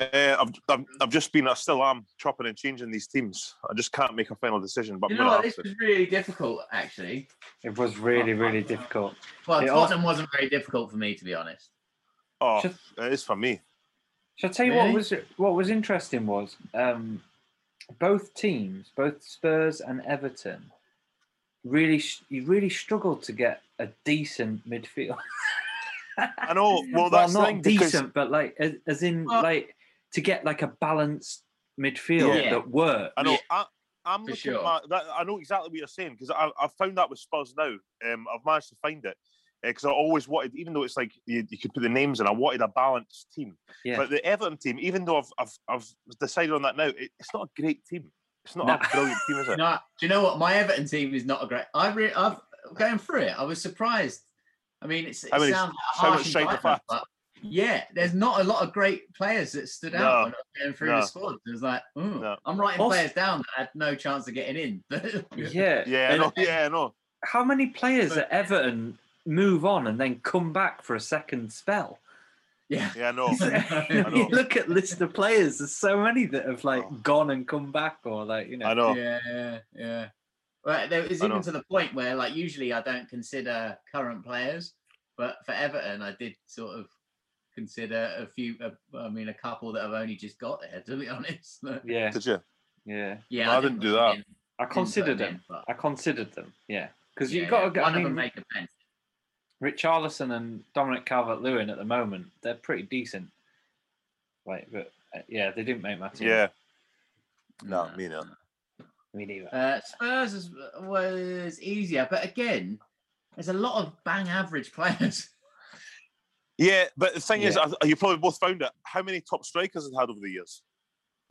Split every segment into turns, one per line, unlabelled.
Uh, I've, I've, I've just been, I still am chopping and changing these teams. I just can't make a final decision. But
You
I'm
know
gonna
what?
have
This
to.
was really difficult, actually.
It was really,
Oh.
really difficult.
Well,
Yeah,
Tottenham wasn't very difficult for me, to be honest.
Oh,
Should-
it is for me.
Shall I tell you
Really?
what was what was interesting was um, both teams, both Spurs and Everton, really s- you really struggled to get a decent midfield.
I know. Well,
well,
that's the
not
thing because
decent, but like as, as in
Well-
like to get like a balanced midfield
Yeah.
that worked.
I know.
Yeah.
I, I'm
For
looking
sure.
at my, that, I know exactly what you're saying because I've found that with Spurs now. Um, I've managed to find it because I always wanted, even though it's like you, you could put the names in, I wanted a balanced team.
Yeah.
But the Everton team, even though I've I've, I've decided on that now, it, it's not a great team. It's not
No.
a brilliant team, is
You
it?
know, do you know what? My Everton team is not a great. I re- I've going through it. I was surprised. I mean, it's, it
I mean, it's
sounds like a
so much
harsh
shade of
indictment,
that.
but yeah, there's not a lot of great players that stood out
No,
when I was going through
no.
the squad. It was like, ooh,
No.
I'm writing
Also-
players down that had no chance of getting in.
Yeah.
Yeah, I
And
know. Yeah, I know.
How many players
But-
at Everton move on and then come back for a second spell?
yeah.
Yeah, I know.
I
you
know.
look at list of players. There's so many that have like
Oh.
gone and come back, or like you know.
I know.
Yeah, yeah, yeah. Well, there was
I
even
know.
to the point where, like, usually I don't consider current players, but for Everton, I did sort of consider a few. A, I mean, a couple that have only just got there. To be honest, But,
Yeah,
Did you?
yeah.
yeah,
No, I didn't do
put
that.
them in, didn't
I
put
considered them.
in, but
I considered them. Yeah, because
yeah,
you got
yeah,
to get.
one
I
of them
mean,
make a bench.
Richarlison and Dominic Calvert-Lewin at the moment, they're pretty decent. Like, but uh, yeah, they didn't make my team.
Yeah. No, me neither.
me neither.
Uh, Spurs is, was easier, but again, there's a lot of bang average players.
Yeah, but the thing is,
Yeah.
I- you probably both found it. How many top strikers have had over the years?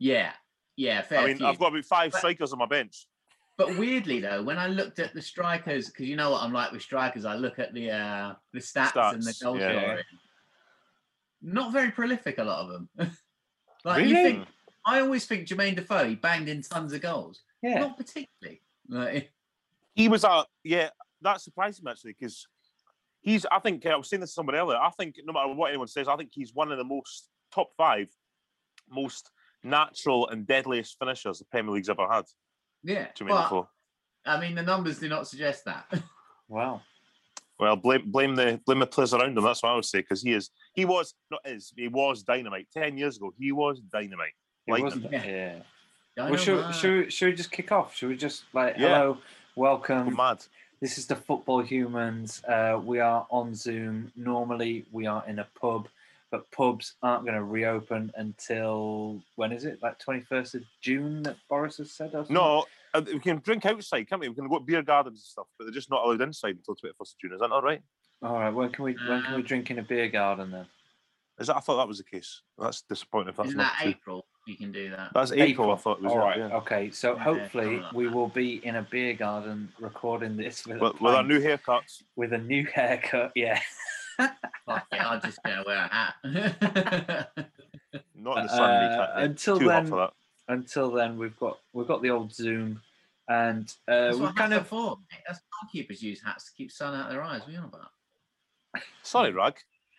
yeah, yeah, fair.
I mean,
few.
I've got about five
But-
strikers on my bench.
But weirdly though, when I looked at the strikers, because you know what I'm like with strikers, I look at the uh, the stats, and the
Stats,
goal
yeah.
scoring. Not very prolific, a lot of them. like you
Really?
think, I always think Jermaine Defoe he banged in tons of goals.
Yeah,
Not particularly. eh, Like,
he was a yeah. That surprised me actually because he's. I think I was saying this to someone earlier. I think no matter what anyone says, I think he's one of the most top five, most natural and deadliest finishers the Premier League's ever had.
yeah.
Jimmy
But,
Defoe.
I mean, the numbers do not suggest that.
wow.
Well, blame blame the blame the players around him. That's what I would say because he is. He was not is. He was dynamite ten years ago. He was dynamite.
It
Lightning.
wasn't.
Yeah.
Yeah.
I
Well,
know
should,
why.
should, we- should we just kick off? Should we just like,
Yeah.
hello,
Go
welcome.
mad.
This is the Football Humans. Uh, we are on Zoom. Normally, we are in a pub, but pubs aren't going to reopen until when is it? Like 21st of June that Boris has said? Or something?
No. uh, We can drink outside, can't we? We can go to beer gardens and stuff, but they're just not allowed inside until 21st of June. Is that not right?
All right. When can we when can we
Um,
drink in a beer garden then?
Is that? I thought that was the case. That's disappointing. If that's
Isn't
not
that
true.
April? You can do that.
That's April, I thought it was.
All
yeah,
right. Uh,
yeah.
Okay. So
Yeah,
hopefully
something like
we
that.
will be in a beer garden recording this with,
With,
a
with our
pint,
new haircuts.
with a new haircut. Yeah.
Fuck it, I'm just gonna wear a hat.
Not in the sun.
Uh,
Uh,
until
Too hot
then,
for that.
until then, we've got we've got the old Zoom, and uh,
That's
we
what
kind of
for. mate. That's goalkeepers use hats to keep sun out of their eyes. What are you on about?
Sorry, Rag.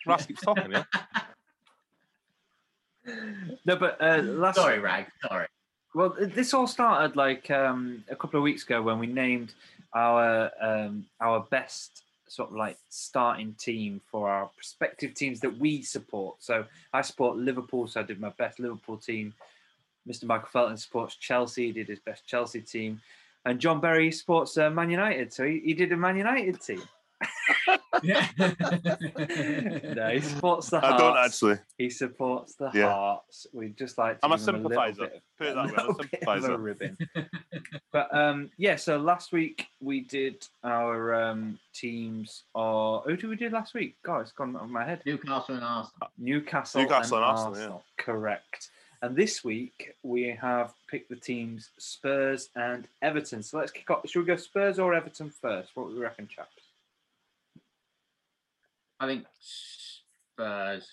Rag keeps talking, yeah?
no, but uh, last
Sorry, Rag. Sorry.
Well, th- this all started like um, a couple of weeks ago when we named our um, our best sort of like starting team for our prospective teams that we support. So I support Liverpool, so I did my best Liverpool team. Mr. Michael Felton supports Chelsea, he did his best Chelsea team, and John Berry supports uh, Man United, so he, he did a Man United team. no, he supports the
I don't
Hearts.
actually.
He supports the
Yeah.
Hearts. We just like to
I'm a
give him little
sympathiser.
bit of-
Put it that way.
a
I'm
little
a
bit of a
sympathiser.
ribbon. but um, yeah, so last week we did our um, teams. Or who did we do last week? God, it's gone out of my head.
Newcastle and Arsenal.
Newcastle,
Uh, Newcastle and Arsenal,
Correct. And this week we have picked the teams Spurs and Everton. So let's kick off. Should we go Spurs or Everton first? What do we reckon, chaps?
I think Spurs.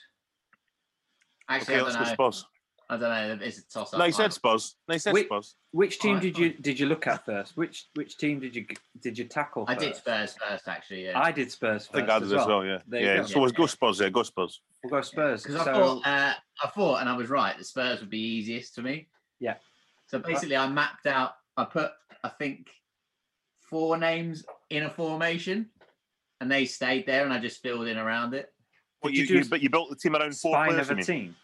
Actually,
Okay,
I
let's
don't
go
know.
Spurs.
I don't know. It's a toss up.
No, he said Spurs. No, he said
Wait.
Spurs.
Which team
Alright,
did you did you look at first? Which which team did you did you tackle?
I did Spurs
first?
first, actually. Yeah.
I did Spurs. First
I think I did as well. yeah,
There you
yeah.
go.
So it's go
Yeah.
Spurs. Yeah, go Spurs.
We'll go Spurs.
Because I
So
thought, uh, I thought, and I was right. The Spurs would be easiest to me.
Yeah.
So basically, I mapped out. I put, I think, four names in a formation, and they stayed there, and I just filled in around it.
But
Did
you,
you do
you,
s-
but you built the team around four
spine
players.
of
you
a
mean?
team.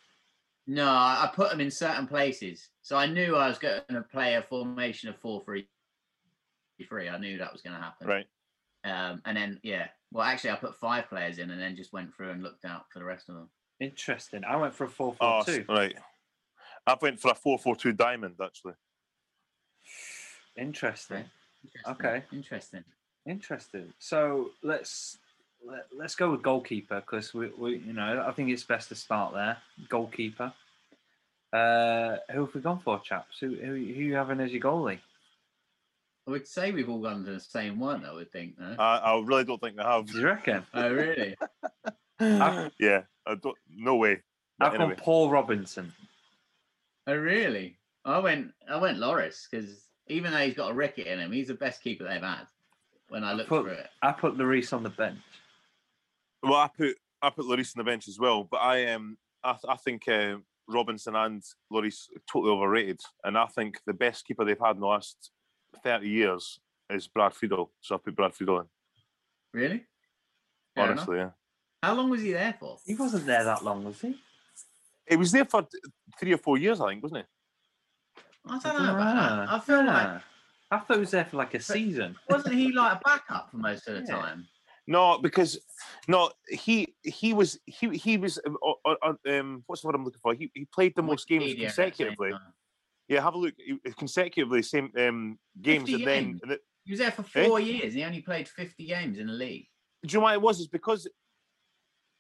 No, I I put them in certain places, so I knew I was going to play a formation of four three three. I knew that was going to happen.
Right.
Um, and then yeah, well, actually, I put five players in, and then just went through and looked out for the rest of them.
Interesting. I went for a four
Oh,
four
s-
two.
right. I went for a four-four-two diamond actually.
Interesting.
Interesting,
Okay.
Interesting.
Interesting. So let's let, let's go with goalkeeper because we, we you know I think it's best to start there. Goalkeeper. Uh, who have we gone for, chaps? Who who, who you having as your goalie?
I would say we've all gone to the same one. I would think. No?
I, I really don't think they have.
Do you reckon?
oh, really?
I've-
yeah, I don't. No way.
I've
But anyway,
gone Paul Robinson.
Oh, really? I went. I went Loris because even though he's got a ricket in him, he's the best keeper they've had. When I looked
put-
through it,
I put Lloris on the bench.
well, I put I put Lloris on the bench as well, but I um I, th- I think uh, Robinson and Lloris are totally overrated, and I think the best keeper they've had in the last thirty years is Brad Friedel. So I put Brad Friedel in.
really. Fair enough.
honestly, yeah.
How long was he there for?
He wasn't there that long, was he?
It was there for th- three or four years, I think, wasn't it?
I don't know. About that. I feel like
Yeah. I thought he was there for like a season.
wasn't he like a backup for most of the
Yeah.
time?
No, because no, he he was he he was um, o- o- o- um what's the word I'm looking for? He he played the most games
Wikipedia at the same
consecutively.
time.
Yeah, have a look He- consecutively same um games, and then
games?
and it,
He was there for
Eh?
four years. And he only played fifty games in the league.
do you know why it was? It's because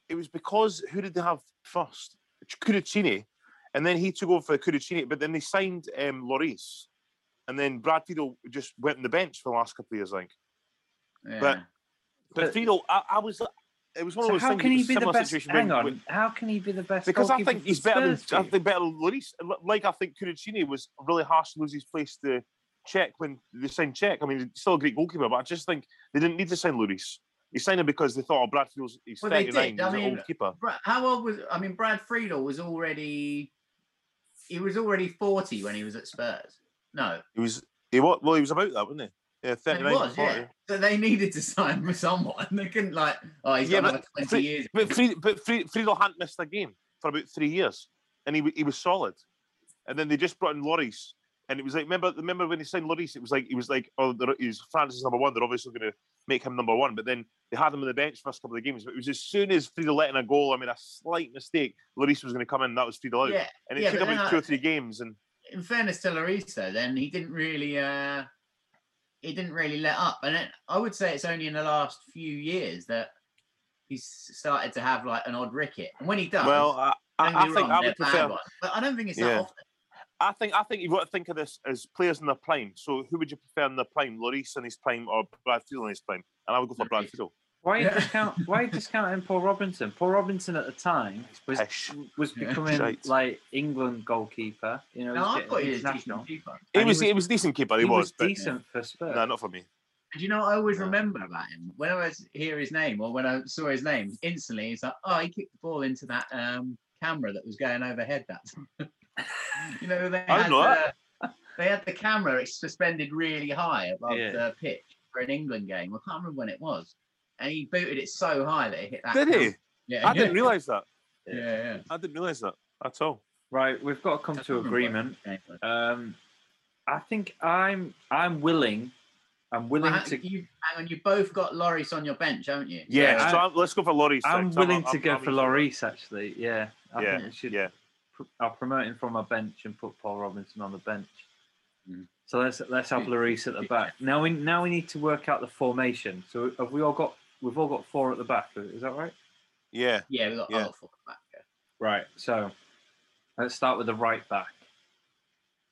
it was because who did they have first? Curaccini, and then he took over for Curaccini, but then they signed um Lloris, and then Brad Friedel just went on the bench for the last couple of years, I think.
Yeah.
But
But-
Friedel, I, I was it was one
So
of those
how
things.
can
it
he
was
be the
similar
best?
situation
Hang
when-
on.
when-
how can he be the best?
because I
goalkeeper
think
for
he's better than
Spurs
I
team?
think better than Lloris. Li- Like I think Curicini was really harsh to lose his place to Czech when they signed Czech. I mean, he's still a great goalkeeper, but I just think they didn't need to sign Lloris. He signed him because they thought, oh, Bradfield's he's
Well, they
thirty nine,
did.
he's
I
an
mean,
old keeper.
Bra- How old was? I mean, Brad Friedel was already. He was already forty when he was at Spurs. No,
He was he was well, he was about that, wasn't he? Yeah,
It
thirty nine.
was, yeah. So they needed to sign with someone. They couldn't like, oh, he's
Yeah,
got another
but-
twenty years.
But Fried, but Fried, Friedel hadn't missed a game for about three years, and he w- he was solid. And then they just brought in Lloris, and it was like remember remember when he signed Lloris, it was like he was like oh they're- he's France's number one. They're obviously going to make him number one. But then they had him on the bench first couple of games. But it was as soon as Friedel let in a goal, I made a slight mistake. Lloris was going to come in, that was Friedel out,
Yeah.
and it
yeah,
took
but then
about
I-
two or three games. And
In fairness to Larissa, then he didn't really, uh he didn't really let up. And it, I would say it's only in the last few years that he's started to have like an odd ricket. And when he does,
well, I,
don't get
I, I think
me wrong,
I
they're
would
bad
prefer.
ones, but I don't think it's
Yeah.
that often.
I think I think you've got to think of this as players in their prime. So who would you prefer in their prime, Lloris in his prime or Brad Friedel in his prime? And I would go for Brad
Lloris.
Friedel.
Why are you
Yeah.
discount? Why are you discounting Paul Robinson? Paul Robinson at the time was
Pish.
was
Yeah.
becoming
Shite.
like England goalkeeper. You know,
No,
was
I
getting
thought he was a
international.
decent keeper.
It
And he
was,
was-
it was decent keeper. He,
He
was,
was
but
decent for Spurs.
no, not for me.
And do you know what I always
Yeah.
remember about him? When I was hear his name or when I saw his name, instantly it's like, oh, he kicked the ball into that um, camera that was going overhead that time. you know, they
I
had,
didn't know that.
uh, they had the camera it's suspended really high above
Yeah.
the pitch for an England game. I can't remember when it was. And he booted it so high that it hit that.
Did
camera.
he?
Yeah.
I didn't realise that.
Yeah, yeah.
I didn't realise that at all.
Right, we've got to come to
Can't remember.
agreement.
Okay.
Um, I think I'm I'm willing. I'm
Well,
willing
ha-
to.
you, hang on, you both got Loris on your bench, haven't you?
Yeah,
Yeah,
so I'm- let's go for Loris.
I'm
next.
willing to
I'm-
go
I'm
for
easy.
Lloris. Actually, yeah. I
Yeah,
think we should.
yeah.
pr- I'll promote him from my bench and put Paul Robinson on the bench.
Mm.
So let's let's have
Yeah.
Lloris at the back. Now we now we need to work out the formation. So have we all got we've all got four at the back? Is that right?
Yeah,
Yeah, we got
Yeah.
yeah. Otto back. yeah.
Right. So let's start with the right back.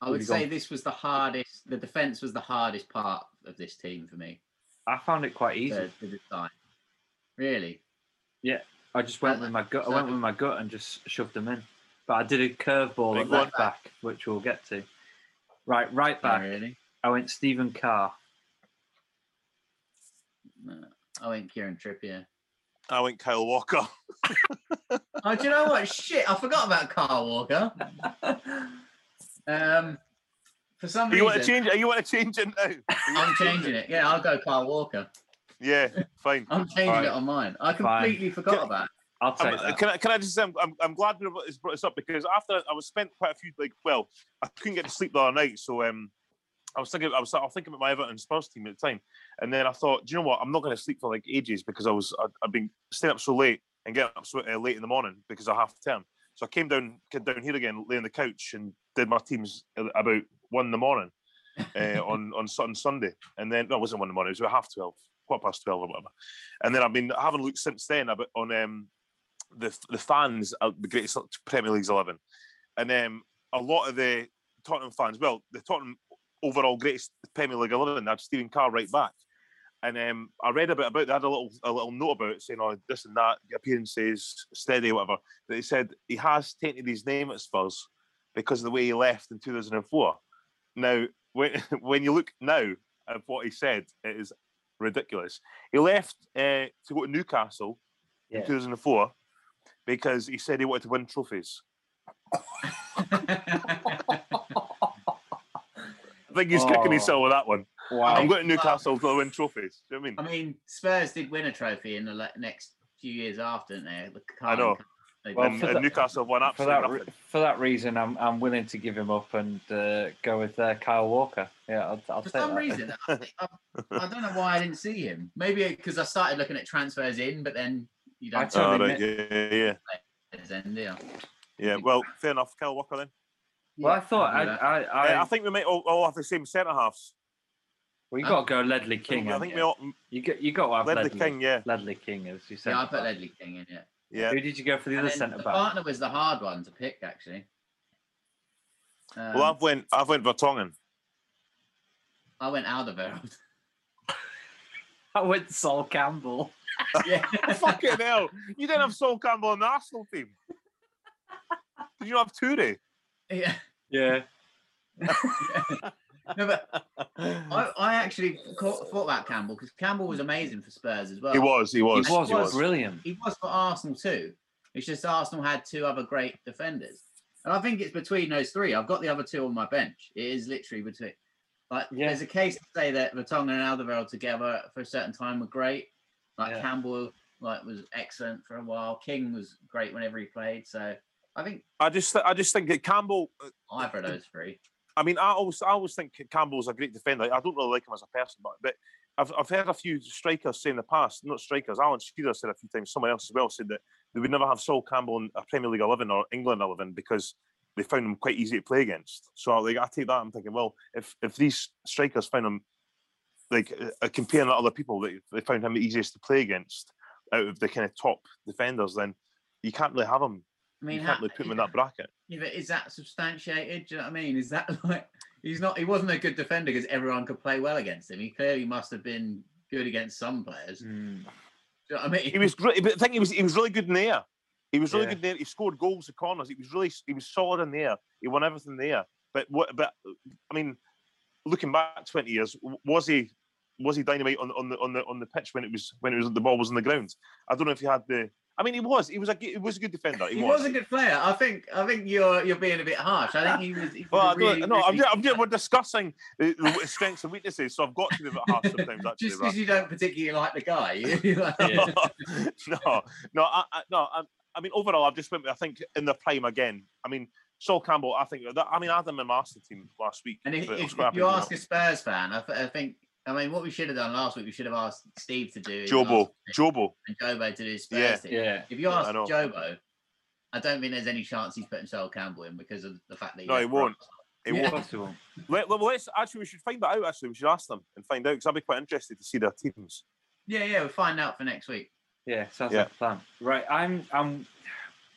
I
Who
would
you got?
say this was the hardest. The defense was the hardest part of this team for me.
I found it quite easy.
The, the design, really.
I just went with my gut. I went
so-
with my gut and just shoved them in. but I did a curveball
Big
at
one.
left back, which we'll get to. Right,
Not
right back.
really.
I went Stephen Carr.
No. I went Kieran Trippier.
I went Kyle Walker.
Oh, do you know what? Shit, I forgot about Carl Walker. Um, for some
Do you want to
reason,
change it? Are you want to change it now?
I'm changing it. Yeah, I'll go Carl Walker.
Yeah, fine.
I'm changing
Alright.
it on mine. I
Fine.
completely forgot
Can-
about.
I'll take
I'm-
that.
Um, can, I, can I just say I'm, I'm, I'm glad we brought this, brought this up because after I was spent quite a few like well I couldn't get to sleep the other night so um I was thinking I was, I was thinking about my Everton Spurs team at the time and then I thought do you know what I'm not going to sleep for like ages because I was I, I've been staying up so late and getting up so uh, late in the morning because I half term so I came down came down here again lay on the couch and did my teams uh, about one in the morning uh, on on Sun- Sunday, and then no, it wasn't one in the morning. It was about half twelve, quarter past twelve or whatever. And then I've been having a look since then about on um, the the fans of the greatest Premier League's eleven, and um, a lot of the Tottenham fans. Well, the Tottenham overall greatest Premier League eleven had Stephen Carr right back. And um, I read a bit about they had a little a little note about it saying, "Oh, this and that appearances steady, whatever." That he said he has tainted his name at Spurs because of the way he left in 2004. Now, when when you look now at what he said, it is ridiculous. He left uh, to go to Newcastle
Yeah.
in 2004 because he said he wanted to win trophies.
That.
I think he's kicking himself with that one.
wow.
I'm going to Newcastle to win trophies. Do you know what I
Um,
mean?
I mean, Spurs did win a trophy in the le- next few years after, didn't they? The
I know.
Carling Cup. They won.
Well,
and,
for
Um, and
that-
Newcastle have won
For
absolutely
that,
nothing.
re- for that reason, I'm I'm willing to give him up and uh, go with uh, Kyle Walker. Yeah, I'll, I'll
for
take
some
that.
reason, I, think- I, I don't know why I didn't see him. Maybe because I started looking at transfers in, but then you
I
don't
Oh,
totally mi-
right, yeah, yeah, yeah,
transfers in, do you?
yeah.
Mm.
Well, fair enough. Cal Walker then.
Well, I thought I,
I'll do that.
I,
Uh,
I,
I think we might all, all have the same centre halves.
we got to go Ledley
I think-
King.
I
haven't
think
you?
we all
you got you got to have
led
Ledley,
the king. Yeah,
Ledley King, as you said.
yeah, I put Ledley King in it.
yeah.
Who did you go for the
And
other
then
centre
the
back?
partner was the hard one to pick, actually. Um,
Well, I've went. I've went Vertonghen.
I went Alderweireld.
I went Sol Campbell.
yeah.
Fucking hell! You didn't have Sol Campbell on the Arsenal team. Did you not have Toure?
yeah.
Yeah.
No, but I, I actually caught, thought about Campbell because Campbell was amazing for Spurs as well.
He was. He
He
was.
was,
He was.
brilliant.
He was for Arsenal too. It's just Arsenal had two other great defenders, and I think it's between those three. I've got the other two on my bench. It is literally between. Like,
Yeah.
there's a case to say that Vertonghen and Alderweireld together for a certain time were great. Like
Yeah.
Campbell, like was excellent for a while. King was great whenever he played. So I think
I just. I just think that Campbell.
either of those three.
I mean, I always. I always think Campbell's a great defender. I don't really like him as a person, but but I've, I've heard a few strikers say in the past, not strikers. Alan Shearer said a few times. Someone else as well said that they would never have Sol Campbell in a Premier League eleven or England eleven because they found him quite easy to play against. So like, I take that. I'm thinking, well, if if these strikers found him like uh, comparing to other people, they, they found him the easiest to play against out of the kind of top defenders, then you can't really have him.
I mean,
you can't
how-
really put him in that bracket.
Yeah, but is that substantiated? Do you know what I mean? Is that like he's not? He wasn't a good defender because everyone could play well against him. He clearly must have been good against some players. Do you know what I mean?
He was great, but I think he was he was really good in the air. He was really
Yeah.
good in the air. He scored goals at corners. He was really he was solid in the air. He won everything there. But what? But I mean, looking back twenty years, w- was he was he dynamite on, on the on the on the pitch when it was when it was the ball was on the ground? I don't know if he had the. I mean, he was he was a g- he was a good defender. He,
He was a good player. I think. I think you're you're being a bit harsh. I think he was. He was
Well, I
a really,
don't, no, I'm
really-
just, I'm just, we're discussing the, the strengths and weaknesses, so I've got to be a bit harsh sometimes. Actually,
just
right?
because you don't particularly like the guy. you like,
Yeah.
no, no, I, I, no. I, I mean, overall, I've just went. with, I think in the prime again. I mean, Sol Campbell. I think that. I mean, I had him in master team last week.
And if,
but I was
if,
quite
if
happy
you
with
ask a Spurs fan, I, th- I think. I mean, what we should have done last week, we should have asked Steve to do.
that.
his
Jobo,
last-
Jobo.
and Jobo to do his Spurs
Yeah.
team.
Yeah.
If you
Yeah, I
ask
know.
Jobo, I don't think there's any chance he's putting Sol Campbell in because of the fact that
No, he
left
won't. It
Yeah.
won't.
Possible.
Let, let, let's actually, we should find that out. Actually, we should ask them and find out because I'd be quite interested to see their teams.
Yeah, yeah, we'll find out for next week.
Yeah, sounds
Yeah.
like a plan. Right, I'm I'm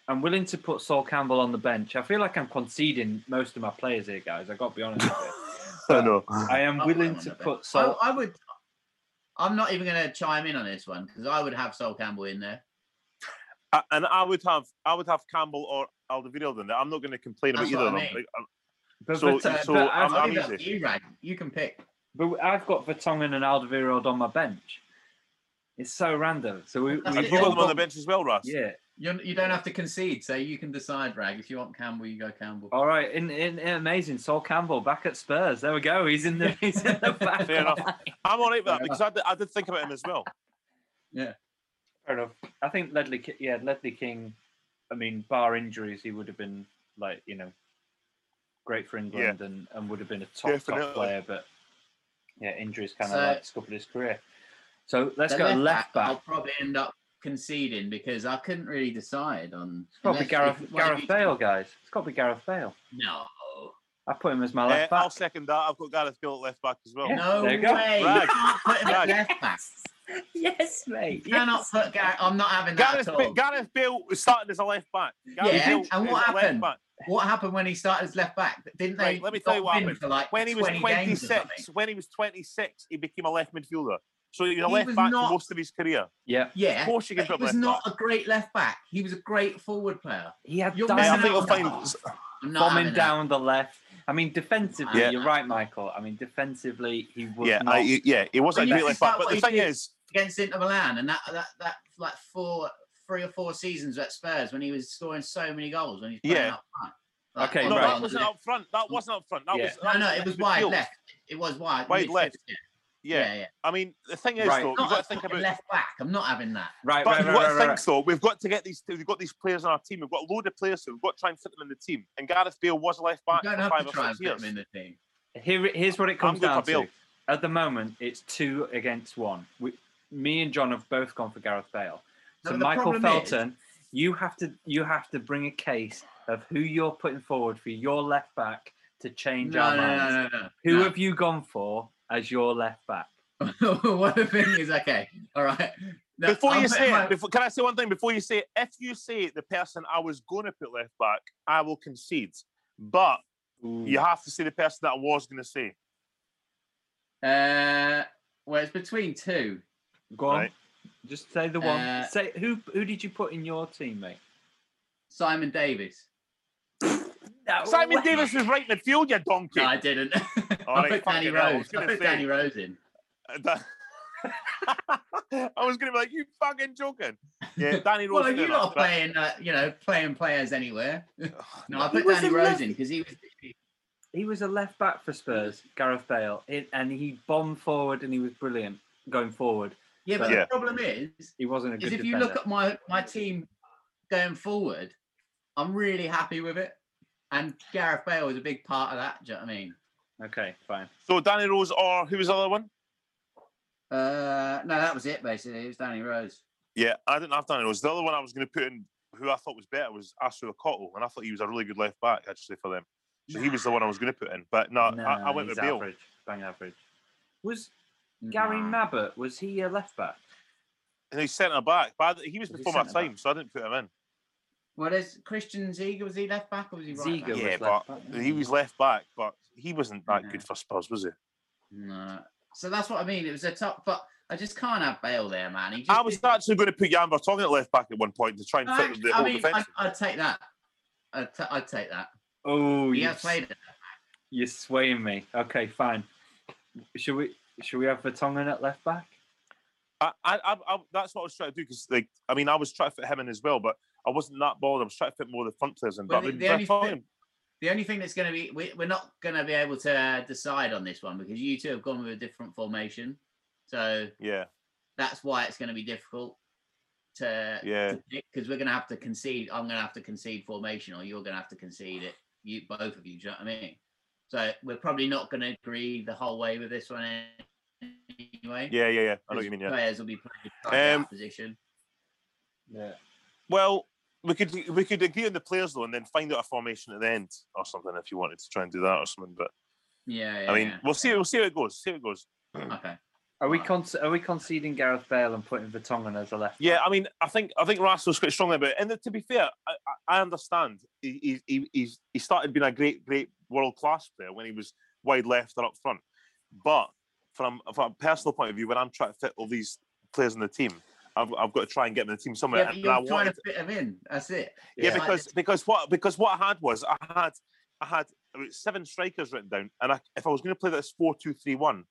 I'm willing to put Sol Campbell on the bench. I feel like I'm conceding most of my players here, guys. I got to be honest. With you.
I know.
I am
I'll
willing
put him
to
on the
put
bench.
Sol.
I, I would. I'm not even going to chime in on this one because I would have Sol Campbell in there.
I, and I would have I would have Campbell or Alderweireld in there. I'm not going to complain about
That's
either
what
of
I
them.
mean.
Like,
But,
So-
but, uh,
so
but
I'm-
I've,
I
I'm
think
easy.
that's you, Rag. You can pick.
but I've got Vertonghen and Alderweireld on my bench. It's so random. So we,
That's
I,
we've
I've
it.
got
all
them on the
got,
bench as well, Russ.
yeah.
You're, you don't have to concede, so you can decide, Rag. If you want Campbell, you go Campbell.
Oh,
All right, in, in, amazing. Sol Campbell back at Spurs. There we go. He's in the he's in the back.
Fair enough. I'm all right with that
Fair
because I did, I did think about him as well.
Fair enough. I think Ledley, Ki- yeah, Ledley King. I mean, bar injuries, he would have been like you know, great for England and, and would have been a top
Definitely.
top player, but yeah, injuries kind of
So-
like scuppered his career. So let's
The
go left
I'll
back.
probably end up conceding because I couldn't really decide on.
Probably
unless-
Gareth
if- well, if
Gareth
you-
Bale, guys. It's got to be Gareth Bale.
No.
I put him as my
Uh,
left
I'll
back.
second that. I've got Gareth Bale at left back as well.
Yeah,
No
there
way.
you
You
go.
Rag.
can't put him at
Rag.
left back.
Yes, mate.
You cannot put Gareth. I'm not having that
Gareth,
at
Ba-
all.
Gareth Bale was started as a left back. Gareth
Yeah,
Bale
and
is
what
a left
happened?
back.
What happened when he started as left back? Didn't they?
Right, let me tell you
lock
what
him
happened.
For like
When he was
20 games or something?
26, when he was 26, he became a left midfielder. So he was a
He
left
was
back
not-
for most of his career.
Yeah,
Of
Yeah.
course, you can
But
put
he was
left
not
back.
a great left back. He was a great forward player.
he had
You're
Yeah, I
missing
think
out
we'll
on
find.
that. I'm not
bombing
having that.
down the left. I mean, defensively,
Yeah.
you're right, Michael. I mean, defensively, he was
Yeah,
not.
I, yeah, it wasn't a
Well,
great
yeah,
left
is that
back. But
what
the
he
thing
did?
is,
against Inter Milan, and that that that like four, three or four seasons at Spurs when he was scoring so many goals when he's playing
Yeah.
up front. Like,
Okay,
on
no,
the
right.
that
ball
wasn't
left.
up front. That wasn't up front. That
Yeah.
was
No, no, it was wide
midfield.
left. It was wide.
Wide
midfield,
left.
Yeah,
Yeah.
yeah. yeah.
I mean, the thing is,
Right.
though, you've
Not
got to
a
think
fucking
about.
left back. I'm not having that.
Right,
But
right,
you've
right,
got
right,
to
right,
think,
right.
though, we've got to get these. We've got these players on our team. We've got a load of players, so we've got to try and fit them in the team. And Gareth Bale was a left back
you
for
don't have
five
to
or
try and
six
put
years.
him in the team.
Here, here's what it
I'm
comes
good for
down to.
Bill.
At the moment, it's two against one. We, me and John have both gone for Gareth Bale.
No,
So
but the
Michael
problem is-
Felton, you have to you have to bring a case of who you're putting forward for your left back to change
No,
our
no,
minds.
no, no, no.
Who
no.
have you gone for as your left back?
what the thing is, okay, all right. No,
Before
I'm
you
putting
say
my-
it, before, can I say one thing? Before you say it, if you say the person I was going to put left back, I will concede. But you have to say the person that I was going to say.
uh, well, it's between two.
Go on.
Right.
Just say the one.
Uh,
say who who did you put in your team, mate?
Simon Davis.
Simon Davis was right midfield, you donkey.
No, I didn't.
All
I
right,
put Danny
fucking hell, I
Rose.
was
I
gonna
put
say.
Danny Rose in.
Uh, that- I was going to be like, you fucking joking. Yeah, Danny Rose.
Well,
fair
you're
enough,
not
but-
playing, uh, you know, playing players anywhere. No, I
He
put
was
Danny
in
Rose
left-
in because he was.
He was a left back for Spurs, Gareth Bale, it, and he bombed forward and he was brilliant going forward.
Yeah, but
Yeah.
the problem is, is
He wasn't a good
if you
defender.
look at my my team going forward, I'm really happy with it, and Gareth Bale is a big part of that. Do you know what I mean?
Okay, fine.
So Danny Rose or who was the other one?
Uh, no, that was it basically. It was Danny Rose.
Yeah, I didn't have Danny Rose. The other one I was going to put in, who I thought was better, was Asu Okotto, and I thought he was a really good left back actually for them. So he was the one I was going to put in, but no, Uh, I, I went
he's
with Bale.
average, bang average. Was Gary
Nah.
Mabbott? Was he a left back?
And he's centre back, but I- he was
Was he
before my
centre back?
time, so I didn't put him in.
Well, there's Christian Ziga. Was he left back or was he right
Ziga
back?
was
Yeah,
left back.
He was left back, but he wasn't that
Yeah.
good for Spurs, was he?
No. So that's what I mean. It was a top, but I just can't have Bale there, man. He just
I was actually going to put Jan Vertonghen at left back at one point to try and
No,
fit the
I
whole
mean,
defence.
I'd, I'd take that. I'd, t- I'd take that.
Oh,
He
you
has
s-
played it.
You're swaying me. Okay, fine. Should we? Should we have Vertonghen at left back?
I, I, I, I, that's what I was trying to do because, like, I mean, I was trying to fit him in as well, but I wasn't that bothered. I was trying to fit more of the front players in.
Well,
But
the-
I mean,
the only
Vertonghen-
thing- The only thing that's going to be, we, we're not going to be able to decide on this one because you two have gone with a different formation. So
yeah,
that's why it's going to be difficult to
yeah,
because we're going to have to concede. I'm going to have to concede formation, or you're going to have to concede it. You both of you, do you know what I mean? So we're probably not going to agree the whole way with this one anyway.
yeah, yeah, yeah. I know what you mean. Yeah.
Players will be playing slightly out
Um,
of position.
Yeah.
Well, we could we could agree on the players though, and then find out a formation at the end or something if you wanted to try and do that or something. But
Yeah, yeah.
I mean,
yeah.
we'll see. We'll see how it goes. See how it goes.
okay.
Are we
Right.
con- are we conceding Gareth Bale and putting Vertonghen as a left?
Yeah, I mean, I think I think Russ was quite strong about it. And to be fair, I, I I understand. He, he- he, he's, he started being a great, great world class player when he was wide left or up front. But from, from a personal point of view, when I'm trying to fit all these players in the team, I've, I've got to try and get him in the team somewhere.
Yeah, but
and
you're
I
trying
wanted,
to fit him in. That's it.
yeah,
like
because because what because what I had was I had I had about seven strikers written down, and I, if I was going to play this four two three one,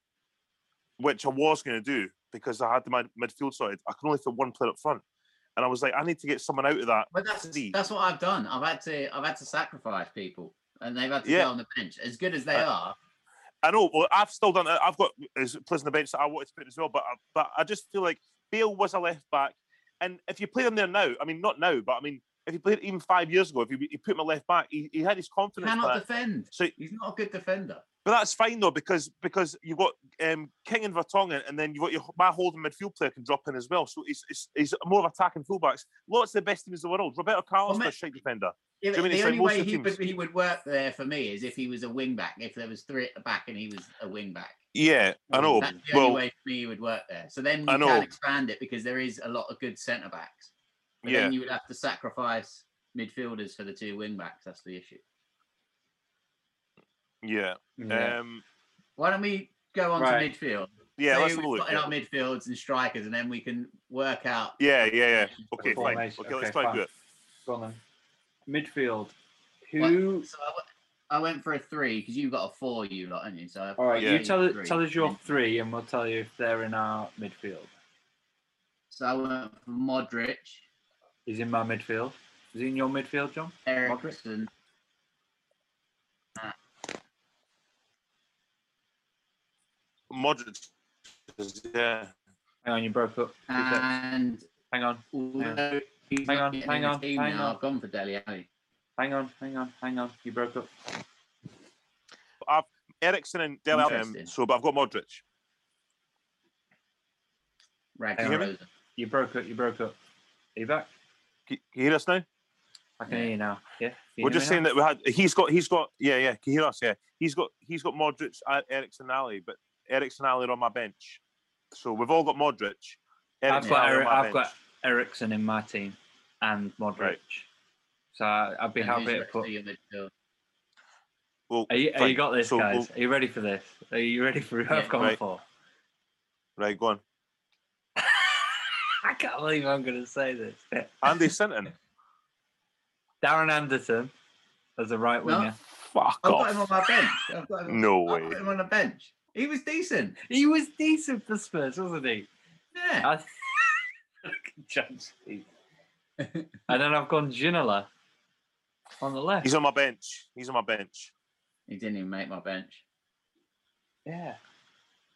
which I was going to do because I had my midfield sorted, I can only fit one player up front, and I was like, I need to get someone out of that.
But that's
See.
that's what I've done. I've had to I've had to sacrifice people, and they've had to
Yeah.
go on the bench. As good as they
Uh,
are,
I know. Well, I've still done. it. I've got is players on the bench that I wanted to put as well, but I, but I just feel like Bale was a left back, and if you play him there now, I mean not now, but I mean if you played even five years ago, if you, you put him a left back, he, he had his confidence.
cannot
back.
defend.
so
He's not a good defender.
But that's fine though, because because you've got um, King and Vertonghen, and then you've got your my holding midfield player can drop in as well. So it's it's, it's more of attacking fullbacks. Lots of the best teams in the world. Roberto Carlos
Well,
is
ma-
a shite defender.
Yeah,
Do you
but
mean
the
it's like
only
most
way
of the
he would
teams-
he would work there for me is if he was a wing back. If there was three at the back and he was a wing back.
Yeah, I know.
Mm. That's the
Oh, Well,
only way for me he would work there. So then you
I know.
can expand it because there is a lot of good centre backs. But
yeah,
then you would have to sacrifice midfielders for the two wing backs. That's the issue.
yeah,
Yeah.
um,
Why don't we go on
Right.
to midfield?
yeah.
Say
Let's have
we've
a look.
got in our midfields and strikers, and then we can work out.
Yeah, yeah, yeah. Okay, fine. Okay,
Formation.
let's try and do it.
Go on then. Midfield. Who?
So I, w- I went for a three because you've got a four, you lot, haven't you? So I've
All right,
Yeah.
you tell
three.
tell us your three, and we'll tell you if they're in our midfield.
So I went for Modric,
He's in my midfield. Is he in your midfield, John?
Ericsson.
Modric. uh, Yeah.
Hang on, you broke up. Two secs.
And
Hang on,
although he's
Hang
not
on,
getting
hang
in the
on,
team
hang
now,
on.
I've gone for Deli Alley.
hang on, hang on, hang on. You broke up.
Ericsson and Dele Alli, um,
Interesting.
So, but I've got Modric.
you
hear me?
Ragnarosa.
You broke up. You broke up. Are you back?
Can can you hear us now?
I can
Yeah.
hear you now. Yeah. Can you
We're
hear me
just
now?
saying that we had. He's got. He's got. Yeah, yeah. Can you hear us? Yeah. He's got. He's got Modric, and Ericsson, Ali, but Ericsson, Ali are on my bench. So we've all got Modric.
I've
Eriksen,
got,
Ali on
Eri-
my
I've
bench.
got Ericsson in my team and Modric.
Right.
So I- I'd be
And
happy
who's
to
next
put.
to your midfield?
Well,
Are you, are
fine.
you got this,
So
guys?
we'll-
Are you ready for this? Are you ready for who
Yeah.
I've gone
Right.
for?
right, go on.
I can't believe I'm going to say this.
Andy Sinton.
Darren Anderson as a right
No.
winger.
Fuck
I've got him on
off.
my bench. I've got him,
No
I've
way.
got him on the bench. He was decent.
He was decent for Spurs, wasn't he?
Yeah.
I Judge Steve. and then I've gone Ginola on the left.
He's on my bench. He's on my bench.
He didn't even make my bench.
yeah.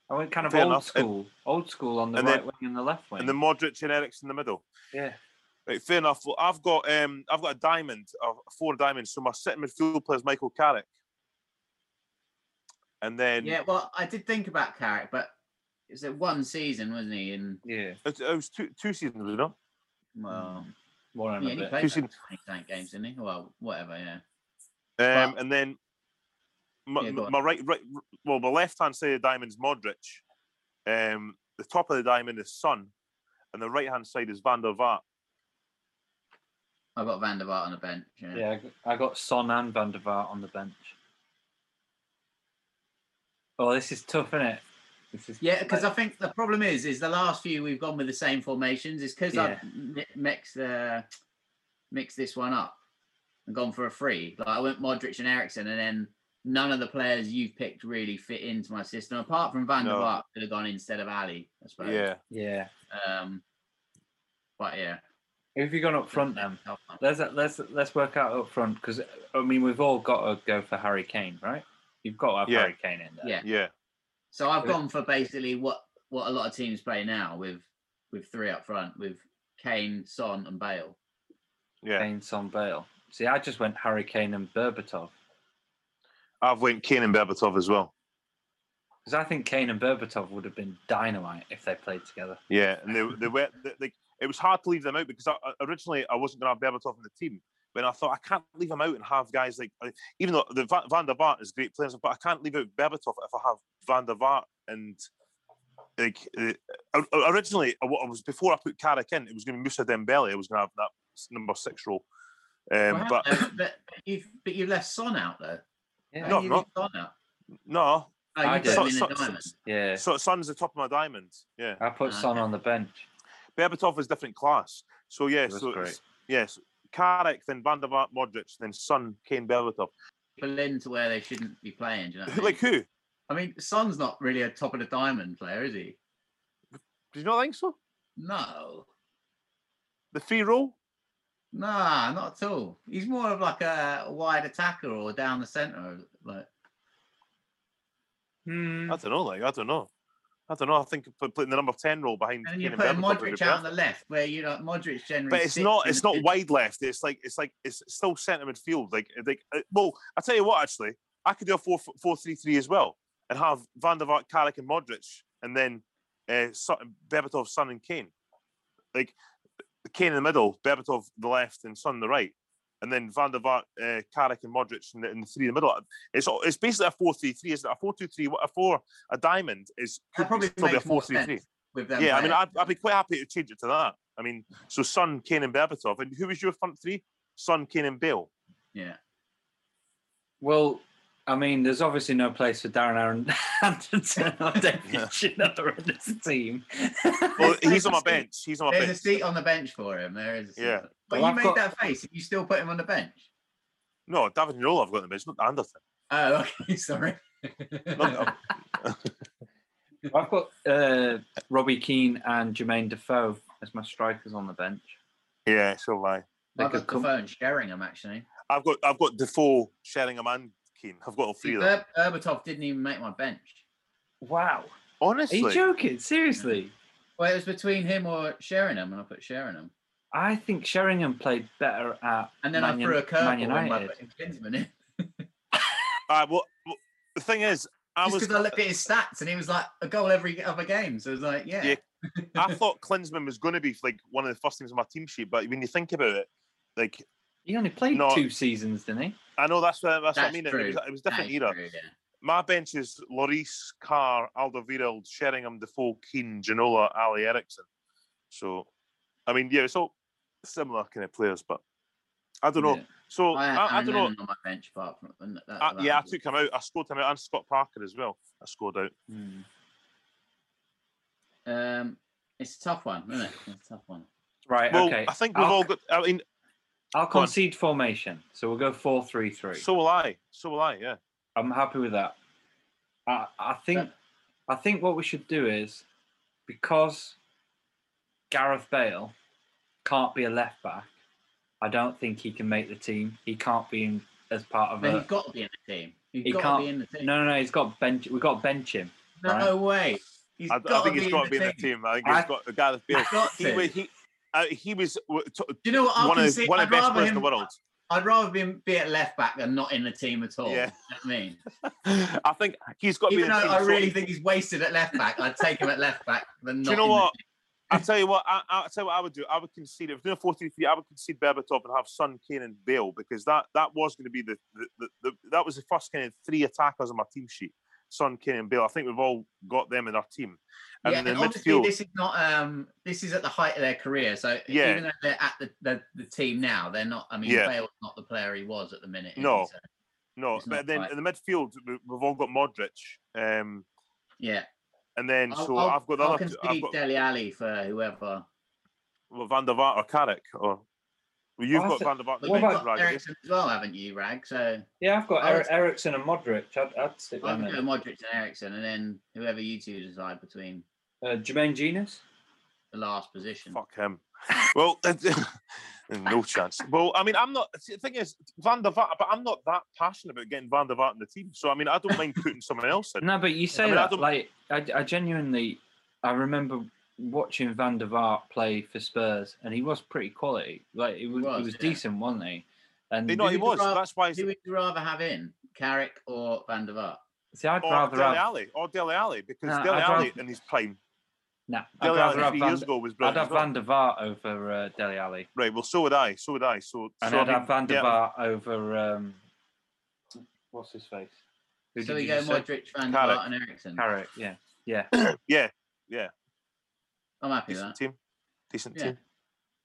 I went kind of
Fair
old
enough. And-
school. old school on the
and
right
then-
wing and the left wing.
And then Modric and Ericsson in the middle.
yeah.
Right, fair enough. Well, I've got um, I've got a diamond, uh, four diamonds. So my sitting midfield player is Michael Carrick. And then
Yeah, well, I did think about Carrick, but it was at one season, wasn't he? And
Yeah.
it, it was two two seasons, you know.
well,
Mm, More on
yeah,
a
he
bit.
played
Two
like
seasons.
20 tank games, didn't he? Well, whatever, yeah.
Um,
Well-
and then my,
Yeah, go on.
my right, right, well, my left hand side of the diamond's Modric. Um, the top of the diamond is Sun, and the right hand side is Van der Vaart.
I've got Van der Vaart on the bench. Yeah.
Yeah, I g- I got Son and Van der Vaart on the bench. Oh, this is tough, isn't it? This is
Yeah, because I think the problem is, is the last few we've gone with the same formations. Is because
Yeah.
I've mi- mixed uh, mixed this one up and gone for a free. Like I went Modric and Ericsson, and then none of the players you've picked really fit into my system, apart from Van der
No.
Vaart could have gone instead of Ali, I suppose.
Yeah,
yeah.
Um, but yeah,
Who have you gone up front then? Let's let's let's work out up front because I mean we've all got to go for Harry Kane, right? You've got to have
Yeah.
Harry Kane in there.
Yeah.
yeah,
So I've
Yeah.
gone for basically what what a lot of teams play now with with three up front with Kane, Son, and Bale.
yeah.
Kane, Son, Bale. See, I just went Harry Kane and Berbatov
I've went Kane and Berbatov as well.
because I think Kane and Berbatov would have been dynamite if they played together.
Yeah, and they they were they, they, it was hard to leave them out because I, I- originally I wasn't going to have Berbatov in the team, but I thought I can't leave him out and have guys like uh, even though the Van, Van der Vaart is great players, but I can't leave out Berbatov if I have Van der Vaart and like uh, o- o- originally I, wa- I was before I put Carrick in, it was going to Musa Dembele. I was going to have that s- number six role, um,
Well,
but
hang on, but but you've but you've left Son out though.
Yeah.
How
No,
do you
I'm
leave Son out?
no,
Oh,
I
you
did.
put him in
So-
the
so-
diamond.
Yeah,
so Son's the top of my diamond. Yeah,
I put Son on the bench.
Berbatov is different class. So yeah,
That's
so
great.
it's- yes, Carrick, then Van der Vaart, Modric, then Son, Kane, Berbatov.
Berlin to where they shouldn't be playing. Do you know what I, mean?
like who?
I mean, Son's not really a top of the diamond player, is he?
Do you not think so?
No,
The free roll?
nah, not at all. He's more of like a wide attacker or down the centre. Like
Hmm.
I don't know. Like I don't know. I don't know. I think pl- playing the number ten role behind
and then
Kane
you're
and
putting
Berbatov would be
Modric out on
perfect.
the left, where you know Modric generally.
But it's
sits
not.
in
It's
the
not
mid-
wide left. It's like it's like it's still centre midfield. Like like uh, well, I tell you what. Actually, I could do a four four three three as well, and have Van der Vaart, Carrick, and Modric, and then uh, Son- Berbatov, Son, and Kane. Like Kane in the middle, Berbatov the left, and Son the right, and then Van der Vaart, uh, Carrick, and Modric, and the, and the three in the middle. It's all- it's basically a four three three. Isn't it? a four two three? What a four a diamond is
That probably
it's probably a
makes more
four three three.
sense With them
Yeah, I mean,
players.
I'd, I'd be quite happy to change it to that. I mean, so Son, Kane, and Berbatov. And who was your front three? Son, Kane, and Bale.
yeah.
Well, I mean, there's obviously no place for Darren Aaron Anderton or
Yeah.
David Schiller in this team.
Well, he's on my bench. He's on my
There's a
bench.
seat on the bench for him. There is. A seat.
Yeah.
But
Well,
you
I've
made
got-
that face. You still put him on the bench.
No, David Noel I've got on the bench, not Anderson.
Oh, okay. Sorry.
Not-
I've got uh, Robbie Keane and Jermaine Defoe as my strikers on the bench.
yeah, so lie.
They
I've
could
got the
come-
phone sharing him actually.
I've got I've got Defoe, Sheringham, and Keane. I've got all
See,
three of them.
Ber- Berbatov didn't even make my bench.
Wow. Are
Honestly,
you joking? Seriously?
Well, it was between him or Sheringham, and I put Sheringham.
I think Sheringham played better at.
And then
Man
I
Un-
threw a
Man
curveball and I
United.
put Klinsmann in.
I, Uh, well, well, the thing is, I
Just
was
because I looked at his stats and he was like a goal every other game. So it was like, yeah.
Yeah. I thought Klinsman was going to be like one of the first things on my team sheet, but when you think about it, like
He only played
No.
two seasons, didn't he?
I know that's what, that's, what I
That's
mean.
true.
It was it was
that
different
is
era.
true, yeah.
My bench is Lloris, Carr, Alderweireld, Sheringham, Defoe, Keane, Janola, Ali Eriksson. So, I mean, yeah, it's all similar kind of players, but I don't know.
Yeah.
So,
I,
I,
had
I, don't
Aaron
know.
Lennon on my bench, apart from and that,
I,
that
yeah, I
was-
took him out. I scored him out, and Scott Parker as well. I scored out.
Hmm.
Um, it's a tough one, isn't it? It's a tough one.
Right.
Well,
okay.
I think we've
I'll-
all got. I mean,
I'll
Go on.
concede formation, so we'll go four-three-three.
so will I. So will I. Yeah.
I'm happy with that. I, I think
Yeah.
I think what we should do is because Gareth Bale can't be a left back. I don't think he can make the team. He can't be in, as part of
But he's
a.
got to be in the team. He's
He
got
can't-
to be in the team.
No, no, no. He's got bench. We got bench him.
no
right.
way. He's
I, I
got to
think
be,
he's
in
got
the
to be in the
team.
team. I think he's
I-
got Gareth Bale.
He's got
He, wa-
to.
he, uh, he was w- t-
Do you know what? I
one
can
of
see,
one of
I'd
the best
rather
players in the
him-
world.
I'd rather him be at left back than not in the team at all.
Yeah.
You know what I mean,
I think he's got to be
even
in the
though
team.
I
so-
really think he's wasted at left back, I'd take him at left back than not.
Do you know
in the
what? I tell you what, I, I tell you what I would do. I would concede if we're doing a 43 I would concede Berbatov and have Son, Kane, and Bale because that that was going to be the, the, the, the that was the first kind of three attackers on my team sheet. Son, Kane, and Bale. I think we've all got them in our team. And
yeah,
then
and obviously
midfield,
this is not um this is at the height of their career. So
Yeah.
even though they're at the, the, the team now, they're not I mean
Yeah.
Bale's not the player he was at the minute. is he?
No.
So,
no,
it's
but
not
then
right.
in the midfield we- we've all got Modric, um,
yeah.
and then
I'll-
so
I'll-
i have got the
I'll
other. Two, I've
concede
got
Deli Alley for whoever.
well, Van der Vaart or Carrick or. Well, you've
I
got
thi-
Van der Vaart.
But
and
What
Bale,
you've
about
got
right,
Ericsson as well, haven't you, Rag? So
Yeah, I've got
I was-
Ericsson Ericsson and Modric. I'd, I'd sit
I'll
down
go
there.
Modric and Ericsson, and then whoever you two decide between
Uh, Jermaine Genius.
the last position.
Fuck him. Well, no chance. Well, I mean, I'm not. see, The thing is, Van der Vaart, but I'm not that passionate about getting Van der Vaart in the team. So I mean, I don't mind putting someone else in.
No, but you say
mean, I
that
don't-
like I, I genuinely I remember watching Van der Vaart play for Spurs, and he was pretty quality. Like it was,
was,
he was
yeah.
decent, wasn't he? And
You know, he
Who would
was.
you rather-
That's why. He's,
Who would you rather have in, Carrick or Van der Vaart?
see, I'd
or
rather
Oh, Dele
have
Alli, or Dele Alli, because
No,
Dele
I'd
Alli
rather-
in his prime,
nah, I'd
Dele
rather
Alli
have
three
Van,
years ago was
I'd
brilliant.
have
as well.
Van der Vaart over uh, Deli Ali,
Right. Well, so would I. So would I. So,
and
so I
I'd
mean,
have Van der
yeah,
Vaart over um, what's his face? Who
So
did
we
you
go
just say?
Modric, Van der
Carrick.
Vaart, and Ericsson.
Carrick. Yeah, yeah.
Yeah,
I'm happy with
decent
that.
team. Decent
Yeah.
team.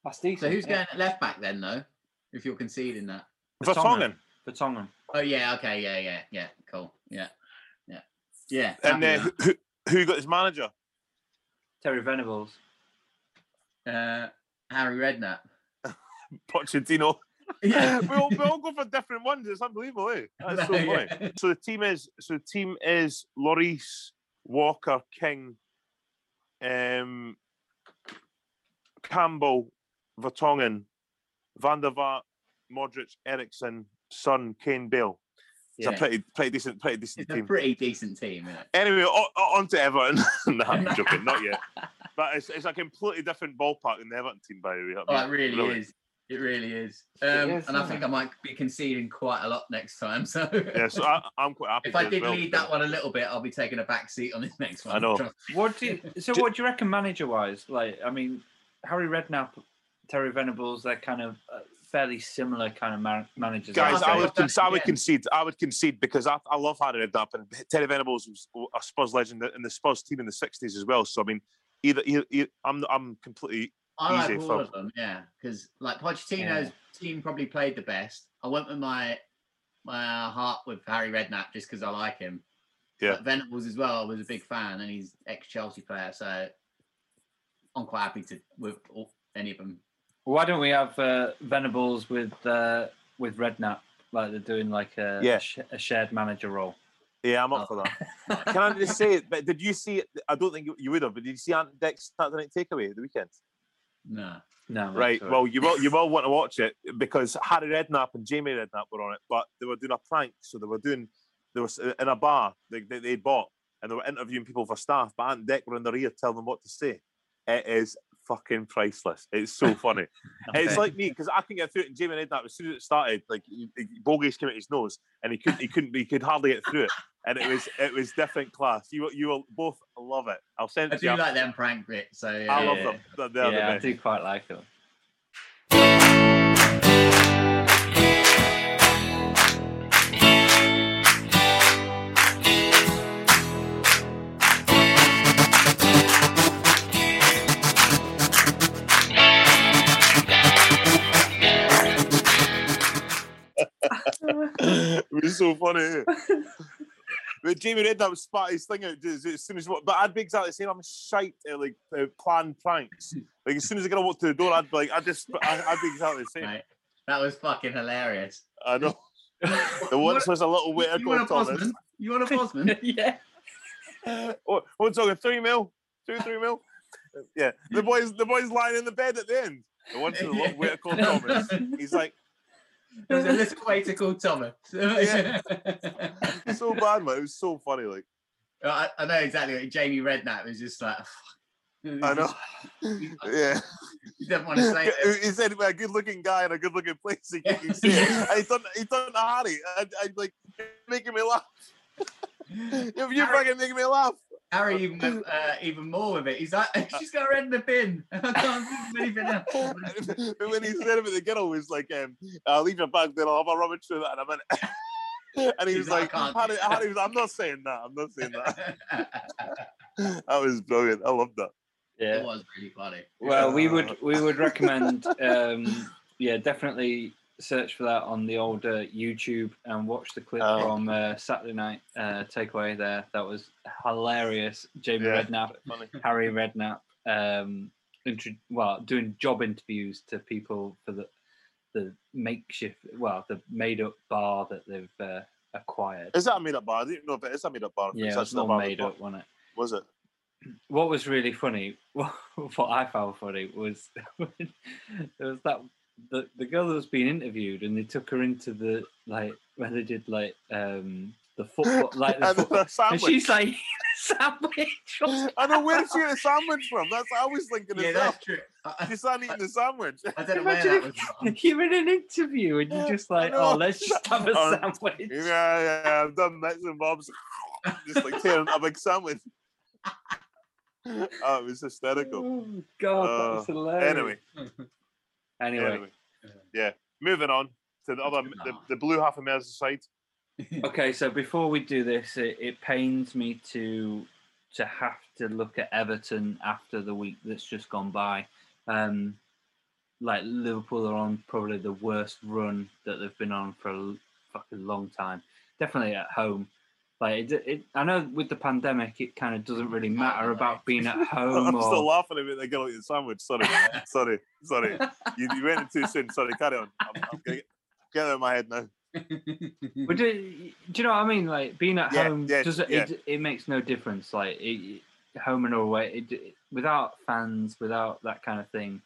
That's decent.
So who's
yeah.
going at left back then, though? If you're conceding that.
Vertonghen.
Vertonghen.
Oh yeah, okay, yeah, yeah, yeah, cool, yeah, yeah, yeah.
And
happy
uh,
with that.
who, who who got his manager?
Terry Venables.
uh, Harry Redknapp.
Pochettino.
Yeah.
we, all, we all go for different ones. It's unbelievable, eh? That's so
No,
funny.
yeah.
So the team is so the team is Loris, Walker, King, um, Campbell, Vertonghen, Van der Vaart, Modric, Ericsson, Son, Kane, Bale. It's
Yeah.
a pretty pretty decent pretty decent
It's a
team.
pretty decent team, isn't it?
Anyway, on, on to Everton. no, I'm joking, not yet. But it's, it's a completely different ballpark than the Everton team, by the way. That'd
Oh,
be
it really
brilliant.
is. It really is.
It
Um,
is,
and I
isn't
think
it?
I might be conceding quite a lot next time. So
Yeah, so I, I'm quite happy.
if I
as
did
well,
lead
so.
that one a little bit, I'll be taking a back seat on this next one.
I know.
Trust-
What do you, so?
Do-
What do you reckon, manager-wise? Like, I mean, Harry Redknapp, Terry Venables, they're kind of uh, fairly similar kind of man- managers.
Guys,
I'll
I
say
would,
that
con- I would
again.
concede. I would concede because I, I love Harry Redknapp and Terry Venables was a Spurs legend and the Spurs team in the '60s as well. So I mean, either, either, either I'm I'm completely
I like
Easy
all
for-
of them, yeah. Because like Pochettino's team probably played the best. I went with my my heart with Harry Redknapp just because I like him.
Yeah.
But Venables as well. I was a big fan, and he's ex Chelsea player, so I'm quite happy to with all, any of them.
Why don't we have uh, Venables with uh, with Redknapp? Like they're doing like a
Yeah.
a, sh- a shared manager role.
yeah. I'm up for that. Can I just say? But did you see? I don't think you, you would have. But did you see Ant Deck's Saturday Night Takeaway at the weekend?
No.
No, I'm not
Right.
sure.
Well, you will you will want to watch it because Harry Redknapp and Jamie Redknapp were on it, but they were doing a prank. So they were doing they were s- in a bar they, they, they bought and they were interviewing people for staff. But Aunt Deck were in their ear telling them what to say. It is fucking priceless. It's so funny. It's
Okay.
like me because I can get through it. And Jamie Redknapp, as soon as it started, like he, he- bogeys came out his nose, and he couldn't he couldn't he could hardly get through it. And it was it was different class. You will- you will both love it. I'll send
I
it to
do
you.
like them prank bits, so yeah.
I love
Yeah.
them. They're, they're the
yeah, I
best.
do quite like them.
it was so funny. eh? but Jamie Redknapp spat his thing out as as soon as what. But I'd be exactly the same. I'm shite at like uh, planned pranks. Like as soon as I got to walk to the door, I'd be like, I just, I, I'd be exactly the same.
Right. That was fucking hilarious.
I know. The once was a little way to
you want
go,
a
Thomas.
Bosman? You want a Bosman?
yeah.
What, we're talking oh, three mil, two, three mil. Yeah, the boys, the boys lying in the bed at the end. The once was a little way to call Thomas. He's like,
There's a little way to call Thomas.
Yeah. so bad, man. It was so funny. Like,
I, I know exactly. What, Jamie Redknapp was just like,
I know. yeah.
You don't want to say it.
he said a good looking guy in a good looking place. He,
Yeah.
can see it. And he done he done Harry. I, I like you're making me laugh. You're, you're
Harry-
fucking making me laugh.
Harry even went, uh, even more with it. He's like, she's got red in the bin. I can't think of anything else.
but when he said it at the ghetto, he was like, um, "I'll leave your bag there. I'll have a rubbish through that in a minute." and he
He's
was
like,
like,
"I
Harry,
can't do that."
Harry was, "I'm not saying that. I'm not saying that." That was brilliant. I loved that.
Yeah.
It was really funny.
Well, we
Uh,
would we would recommend, um, yeah, definitely search for that on the older YouTube and watch the clip
Oh.
from uh, Saturday Night uh, Takeaway. There, that was hilarious. Jamie
Yeah.
Redknapp,
Funny.
Harry Redknapp, um, intro- well, doing job interviews to people for the the makeshift, well, the made up bar that they've uh, acquired.
Is that a made up bar? I didn't know if it is a made up bar.
Yeah,
It's
it was
actually a
all
bar
made
with-
up, wasn't it?
Was it?
what was really funny, what I found funny was when there was that the, the girl that was being interviewed, and they took her into the like where they did like um the football, like the
And then
football,
a
and
sandwich.
she's like sandwich.
I know where did she get a sandwich from? That's I was thinking
Yeah,
as well.
that's true. I,
She's not eating the sandwich.
I, I don't know where
Imagine
that
if-
was from.
You're in an interview, and you're just like, oh,
know.
let's just have a
Oh,
sandwich.
Yeah, yeah, yeah, I've done bits and bobs. Just like tearing a big sandwich. Oh, it was hysterical.
Oh God, that was hilarious.
Uh, Anyway,
anyway,
anyway. Yeah. Moving on to the other the, the blue half of Merseyside.
Okay, so before we do this, it, it pains me to to have to look at Everton after the week that's just gone by. Um, like Liverpool are on probably the worst run that they've been on for a l- fucking long time. Definitely at home. Like it, it, I know with the pandemic, it kind of doesn't really matter
don't
about being at
I'm
home.
still
or,
laughing about the girl eating the sandwich. Sorry, sorry, sorry. You, you went in too soon. Sorry, carry on. I'm, I'm gonna get, get out of my head now.
But do, do you know what I mean? Like being at
Yeah,
home,
yeah,
does it,
yeah.
it? It makes no difference. Like it, it- home and away, it, it, without fans, without that kind of thing,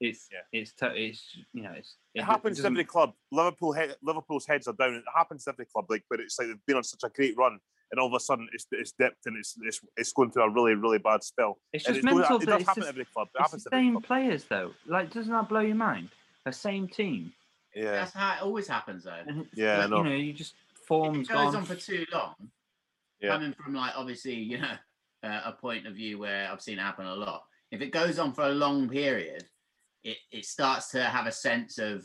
it's
Yeah.
it's to, it's you know it's
It,
do-
happens to
doesn't-
every club. Liverpool, he- Liverpool's heads are down. It happens to every club, like, but it's like they've been on such a great run, and all of a sudden it's it's dipped and it's it's, it's going through a really really bad spell.
It's
And
just
it's going-
mental.
It
that
does
it's
happen
just-
to every club. It
It's
happens
the
to every
same
club.
players though. Like, doesn't that blow your mind? The same team,
Yeah,
That's how it always happens, though.
and
yeah, I
like,
know.
you know, you just
If
forms
it goes
gone.
on for too long,
Yeah.
coming from like obviously you know uh, a point of view where I've seen it happen a lot. If it goes on for a long period, it it starts to have a sense of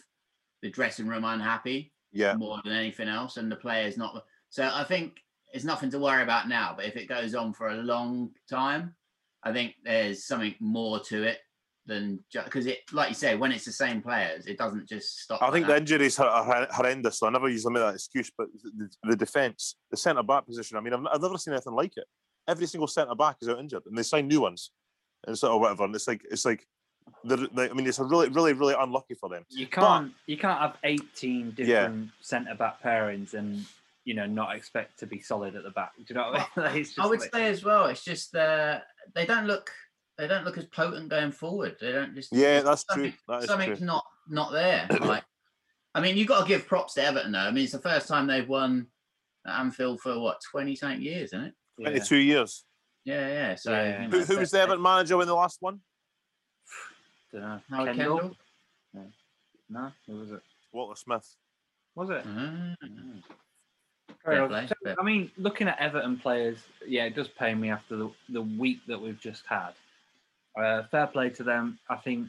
the dressing room unhappy
yeah,
more than anything else, and the players not. So I think it's nothing to worry about now. But if it goes on for a long time, I think there's something more to it than because it, like you say, when it's the same players, it doesn't just stop.
I
at
think
that.
the injuries are, are horrendous. So I never usually make that excuse, but the, the defense, the centre back position. I mean, I've, I've never seen anything like it. Every single centre back is out injured, and they sign new ones, and so or whatever. And it's like it's like, they're, they, I mean, it's a really really really unlucky for them.
You can't you can't have eighteen
Yeah.
different centre back pairings and you know not expect to be solid at the back. Do you know what I mean? Like, it's
I
just
would
like-
say as well. It's just uh, they don't look they don't look as potent going forward. They don't just
Yeah,
there's
that's true.
something,
That is true.
something's not not there. Like, I mean, you got to give props to Everton though. I mean, it's the first time they've won at Anfield for what twenty something years, isn't it?
yeah.
Twenty two years.
Yeah, yeah. So
Yeah.
you
Who,
know,
who was
that-
the Everton manager when the last one?
Dunno.
Howard
Kendall?
Kendall.
Uh, No, who was it?
Walter Smith.
Was it?
Ah,
Fair
Fair
enough.
play,
So,
fair
I mean, looking at Everton players, yeah, it does pain me after the, the week that we've just had. Uh, fair play to them. I think,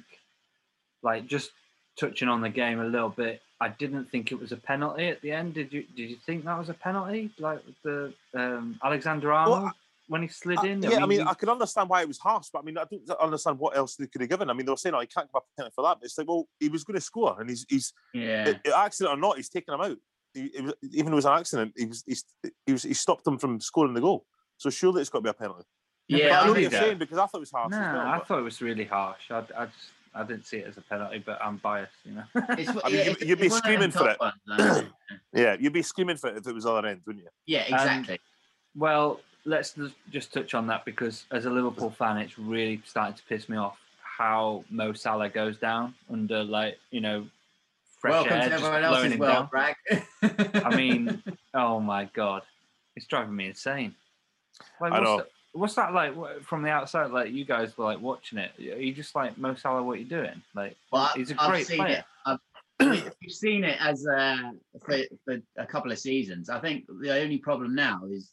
like, just touching on the game a little bit, I didn't think it was a penalty at the end. Did you? Did you think that was a penalty? Like with the um, Alexander Arnold when he slid
Uh,
in.
yeah, I mean,
he-
I could understand why it was harsh, but I mean, I don't understand what else they could have given. I mean, they were saying, "Oh, he can't give up a penalty for that." But it's like, well, he was going to score, and he's he's
yeah.
it, it- accident or not, he's taken him out. He, it was, even if it was an accident, he was, he's, he was he stopped him from scoring the goal. So surely it's got to be a penalty.
Yeah,
but I know
Yeah, I
what you're
think
saying
that-
because I thought it was harsh. as
nah,
well,
I
but-
thought it was really harsh. I, I just I didn't see it as a penalty, but I'm biased, you know.
it's what-
I mean,
yeah,
you-
it's-
you'd be
it's one of
screaming
them
for
tough
it.
ones, though.
yeah, you'd be screaming for it if it was other end, wouldn't you?
yeah, exactly.
Well, let's just- just touch on that because as a Liverpool fan, it's really starting to piss me off how Mo Salah goes down under like you know fresh
Welcome
air
to
just
everyone
blowing
else's
him
world,
down.
Bragg.
I mean, oh my god, it's driving me insane. Like,
I
what's
know.
That, what's that like wh- from the outside? Like you guys were like watching it. Are you just like Mo Salah? What are you doing? Like
But
he's a
I've
great
seen
player.
It. I've, we- we've seen it as uh, for, for a couple of seasons. I think the only problem now is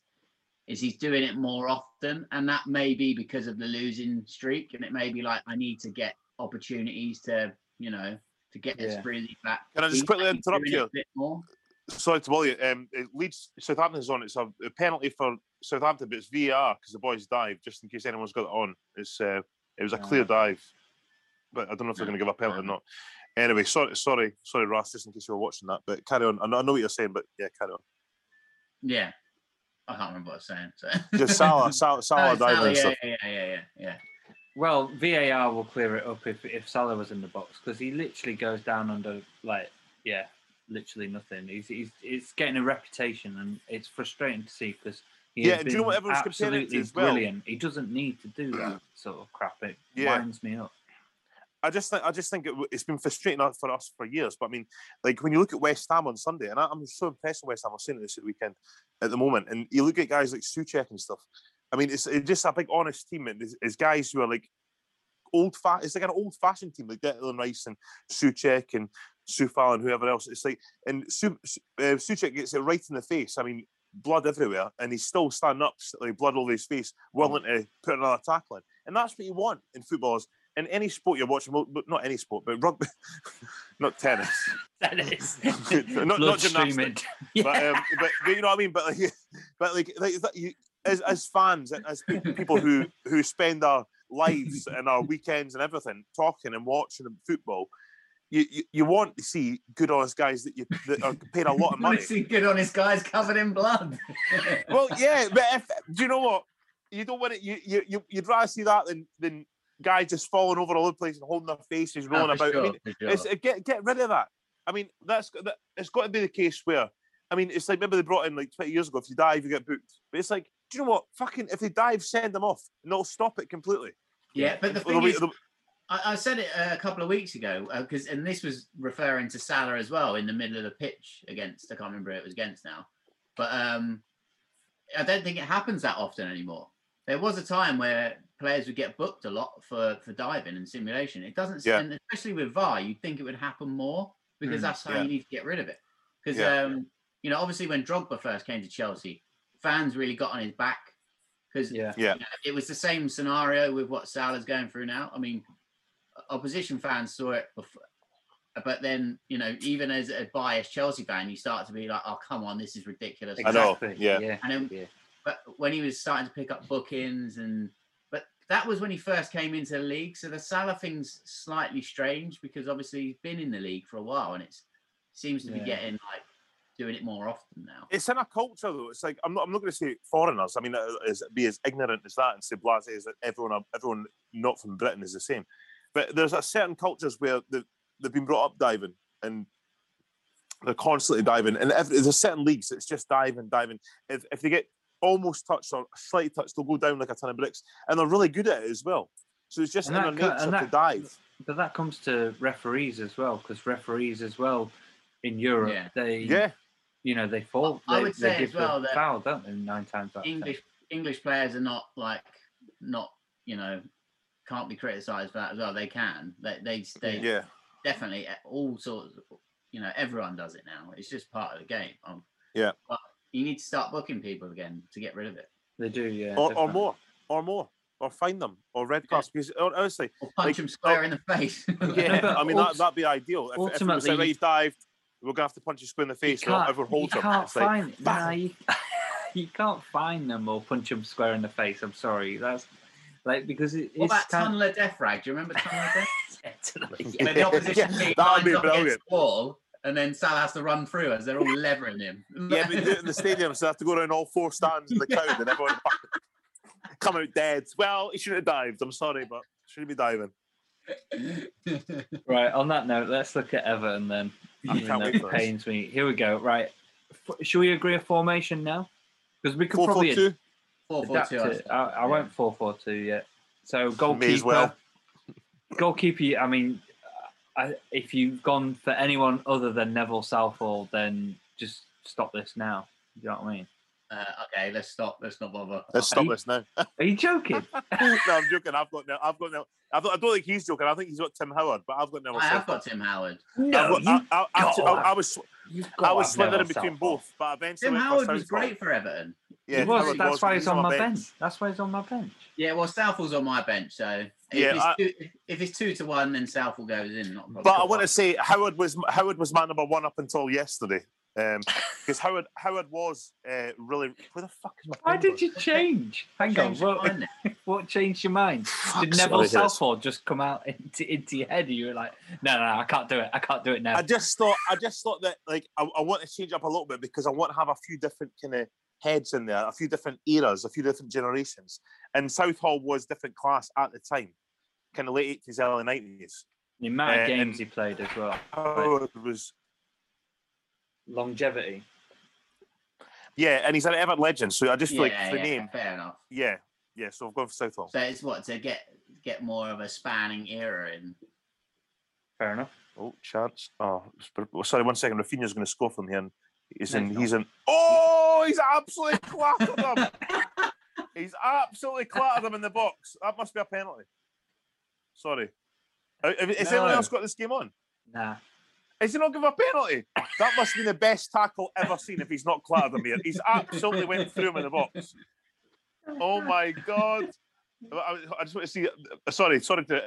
is he's doing it more often, and that may be because of the losing streak, and it may be like I need to get opportunities to you know to get this
Yeah.
breathing back.
Can I just
He's
quickly
actually
interrupt
doing it
you?
A bit more.
Sorry to bother you. Um, it leads Southampton's on. It's a, a penalty for Southampton, but it's VAR because the boys dive. Just in case anyone's got it on, it's uh, it was a clear
Ah.
dive, but I don't know if they're going to give a penalty or not. Anyway, sorry, sorry, sorry, Ross. Just in case you were watching that, but carry on. I know, I know what you're saying, but yeah, carry on.
Yeah, I can't remember what I was saying. So.
Just Salah, Salah, Salah
Oh,
diving
Salah,
and
yeah,
stuff.
yeah, yeah, yeah, yeah, yeah.
Well, VAR will clear it up if, if Salah was in the box because he literally goes down under like yeah, literally nothing. He's he's it's getting a reputation and it's frustrating to see because
Yeah, and do you know what everyone's comparing it to
absolutely
as well?
brilliant. He doesn't need to do that sort of crap. It
Yeah.
winds me up.
I just think I just think it, w- it's been frustrating out for us for years. But I mean, like when you look at West Ham on Sunday, and I, I'm so impressed with West Ham. I was saying this at the weekend at the moment, and you look at guys like Suchek and stuff. I mean, it's, it's just a big honest team, and it's, it's guys who are like old fat. It's like an old fashioned team, like Declan Rice and Suchek and Sufal and whoever else. It's like and Su, Su- uh, Suchek gets it right in the face. I mean, blood everywhere, and he's still standing up, s- like blood all over his face, willing to put another tackle in. And that's what you want in football. Is in any sport you're watching, well, but not any sport, but rugby, not tennis,
That is
not, not gymnastics. But, um, but, but you know what I mean. But like, but like, like that you, as as fans and as pe- people who who spend our lives and our weekends and everything talking and watching football, you, you, you want to see good honest guys that you that are paid a lot of money.
Honestly, good honest guys covered in blood.
well,
Oh,
yeah, but if, do you know what? You don't want it. You you you- you'd rather see that than than guy just falling over all over the place and holding their faces, rolling
Ah,
about.
for
I
sure,
mean,
for
it's,
sure.
uh, get get rid of that. I mean, that's that, it's got to be the case where I mean, it's like maybe they brought in like twenty years ago. If you dive, you get booked. But it's like, do you know what? Fucking if they dive, send them off, and they'll stop it completely.
yeah, but the
Or they'll
thing
be-
is,
they'll-
I, I said it uh, a couple of weeks ago because, and this was referring to Salah as well in the middle of the pitch against. I can't remember who it was against now, but um, I don't think it happens that often anymore. There was a time where players would get booked a lot for for diving and simulation. It doesn't,
Yeah.
and especially with VAR, you'd think it would happen more because
Mm,
that's how
yeah.
you need to get rid of it. Because
Yeah.
um, you know, obviously when Drogba first came to Chelsea, fans really got on his back because
Yeah.
it was the same scenario with what Salah's going through now. I mean, opposition fans saw it before, but then you know, even as a biased Chelsea fan, you start to be like, "Oh, come on, this is ridiculous."
I know, yeah.
yeah.
And then,
Yeah.
but when he was starting to pick up bookings, and but that was when he first came into the league. So the Salah thing's slightly strange because obviously he's been in the league for a while, and it's seems to be
Yeah.
getting like doing it more often now.
It's in a culture though. It's like I'm not. I'm not going to say foreigners. I mean, uh, is, be as ignorant as that and say blase is that everyone. Everyone not from Britain is the same. But there's a certain cultures where they've, they've been brought up diving and they're constantly diving. And every, there's certain leagues that's just diving, diving. If, if they get almost touched or slightly touched, they'll go down like a ton of bricks, and they're really good at it as well. So it's just
And
in their
that co-
nature to
and that-
dive.
But that comes to referees as well, because referees as well in Europe,
Yeah.
they
Yeah,
you know they fall.
I
they-
would
they
say
give
as
the
well that
foul, don't they? Nine times out of ten.
English English players are not like not you know can't be criticised for that as well. They can. They they they
yeah.
definitely eh, all sorts. Of, you know, everyone does it now. It's just part of the game. Um,
Yeah.
But you need to start booking people again to get rid of it.
They do, yeah.
Or, or
definitely.
more, or more, or find them, or red cards. Because honestly,
Or punch
Like,
them square in the face.
Yeah,
but
I mean
ult-
that that'd be ideal. If, if it was
ultimately,
like, right,
you-
you've dived, we're gonna have to punch you square in the face.
you
Or
can't,
everyone holds
you
him.
can't
It's like,
find nah, you, you can't find them or punch them square in the face. I'm sorry, that's like because it,
What
it's
about
kind
Tunler Death Rag? Do you remember Tunler Death?
yeah.
Where the opposition
Yeah,
team
that would
lines
be
up against
brilliant.
the wall, and then Salah has to run through as they're all levering him.
yeah, we do it in the stadium, so they have to go around all four stands in the crowd, and everyone fucking come out dead. Well, he shouldn't have dived. I'm sorry, but shouldn't be diving.
Right. On that note, let's look at Everton then.
I
Even
can't
though
wait
it
for this.
pains me. Here we go. Right. F- should we agree a formation now? Because we could
Four four
probably
two.
Four, four,
adapt
two, I
it. I, I
yeah.
won't four four two yet. So goalkeeper.
well.
Goalkeeper. I mean, I, if you've gone for anyone other than Neville Southall, then just stop this now. Do you know what I mean?
Uh, okay, let's stop. Let's not bother.
Let's stop
Eight.
this now.
Are you joking?
no, I'm joking. I've got no. I've got no. I've got, I don't think he's joking. I think he's got Tim Howard, but I've got no.
I have got Tim Howard.
no,
I've
you,
got, I, I, I,
got
I,
one.
I was
you've got
I was
to have
slithering
Neville
between
Southall.
both, but eventually
Tim
went for
Howard was
Southall.
great for Everton.
Yeah,
he was.
Howard
That's why he's on my bench.
bench.
That's why he's on my bench.
Yeah, well, Southall's on my bench, so if,
Yeah,
it's,
I-
two, if it's two to one, then Southall goes in. Not a problem.
But I want to say Howard was Howard was my number one up until yesterday, because Howard Howard was uh, really. Where the fuck is my?
Why
phone
did
gone?
you change? Hang on.
Change your
What,
mind now.
what changed your mind? Did
Fuck's
Neville
sake.
Southall just come out into, into your head? And you were like, no, no, I can't do it. I can't do it now.
I just thought I just thought that like I, I want to change up a little bit because I want to have a few different kind of heads in there, a few different eras, a few different generations. And Southall was different class at the time, kind of late eighties, early nineties.
The amount
Uh,
of games
and-
he played as well.
Howard was
Longevity.
yeah, and he's an Everett legend. So I just feel
Yeah,
like the
yeah,
name,
Fair enough.
yeah, yeah. So I've gone for Southall.
So it's what to get get more of a spanning era in.
Fair enough.
Oh, chance. Oh, it's br- oh, sorry, one second. Rafinha's going to score from here. And he's
No,
in.
he's
He's in. Oh, he's absolutely clattered him. He's absolutely clattered him in the box. That must be a penalty. Sorry. Uh, Have, has anyone
No.
else got this game on?
Nah.
Is he not give a penalty? That must be the best tackle ever seen if he's not clattered him here. He's absolutely went through him in the box. Oh my god! I, I just want to see. uh, Sorry, sorry to.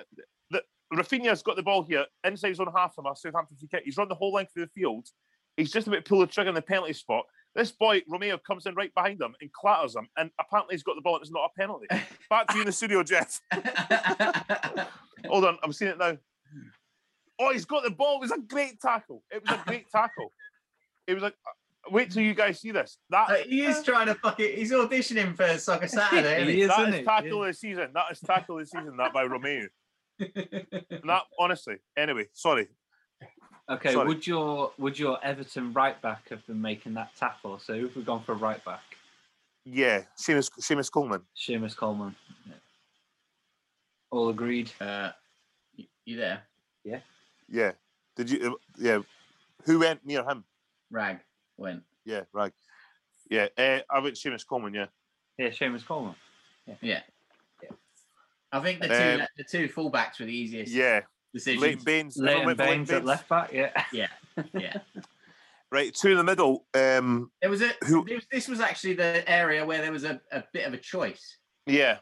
The, Rafinha's got the ball here inside his own half of our Southampton free kick. He's run the whole length of the field. He's just about to pull the trigger in the penalty spot. This boy Romeo comes in right behind him and clatters him, and apparently he's got the ball. and It's not a penalty. Back to you in the studio, Jeff. Hold on, I'm seeing it now. Oh, he's got the ball. It was a great tackle. It was a great tackle. It was like, uh, wait till you guys see this.
Uh,
That
Like, he is trying to fucking. He's auditioning for Soccer Saturday.
He is,
that
isn't
is
it?
tackle of the season. That is tackle of the season. That by Romeo.
isn't he?
And That honestly. Anyway, sorry.
Okay,
Sorry.
would your would your Everton right back have been making that tackle? So if we've gone for right back,
Yeah, Seamus Seamus Coleman.
Seamus Coleman. Yeah. All agreed.
uh, you, you there,
Yeah. Did you? uh, Yeah. Who went near him?
Rag? Went.
Yeah. Right. Yeah. Uh, I went Seamus Coleman. Yeah.
Yeah, Seamus Coleman.
I think the two
Um,
the two fullbacks were the easiest
Yeah.
decisions.
Leighton Baines. Everyone
Leighton
went for Leighton
Baines at
Baines.
left back. Yeah.
Right. Two in the middle. Um.
There was a
Who-
this, this was actually the area where there was a, a bit of a choice.
Yeah.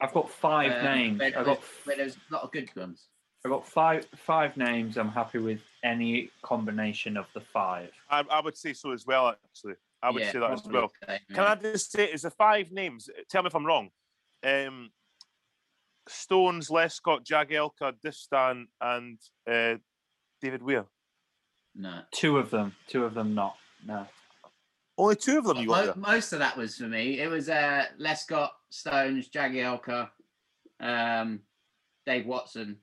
I've got five
um,
names.
Where,
I've got
where there was a lot of good guns.
I've got five five names. I'm happy with any combination of the five.
I, I would say so as well. Actually, I would
Yeah,
say that as
probably
well.
the same,
Mm.
Can I
yeah.
just say, is the five names? uh, Tell me if I'm wrong. Um, Stones, Lescott, Jagielka, Distan, and uh, David Weir.
No.
Two of them. Two of them not. No.
Only two of them you got
Mo-
there.
most of that was for me. It was uh, Lescott, Stones, Jagielka, um, Dave Watson.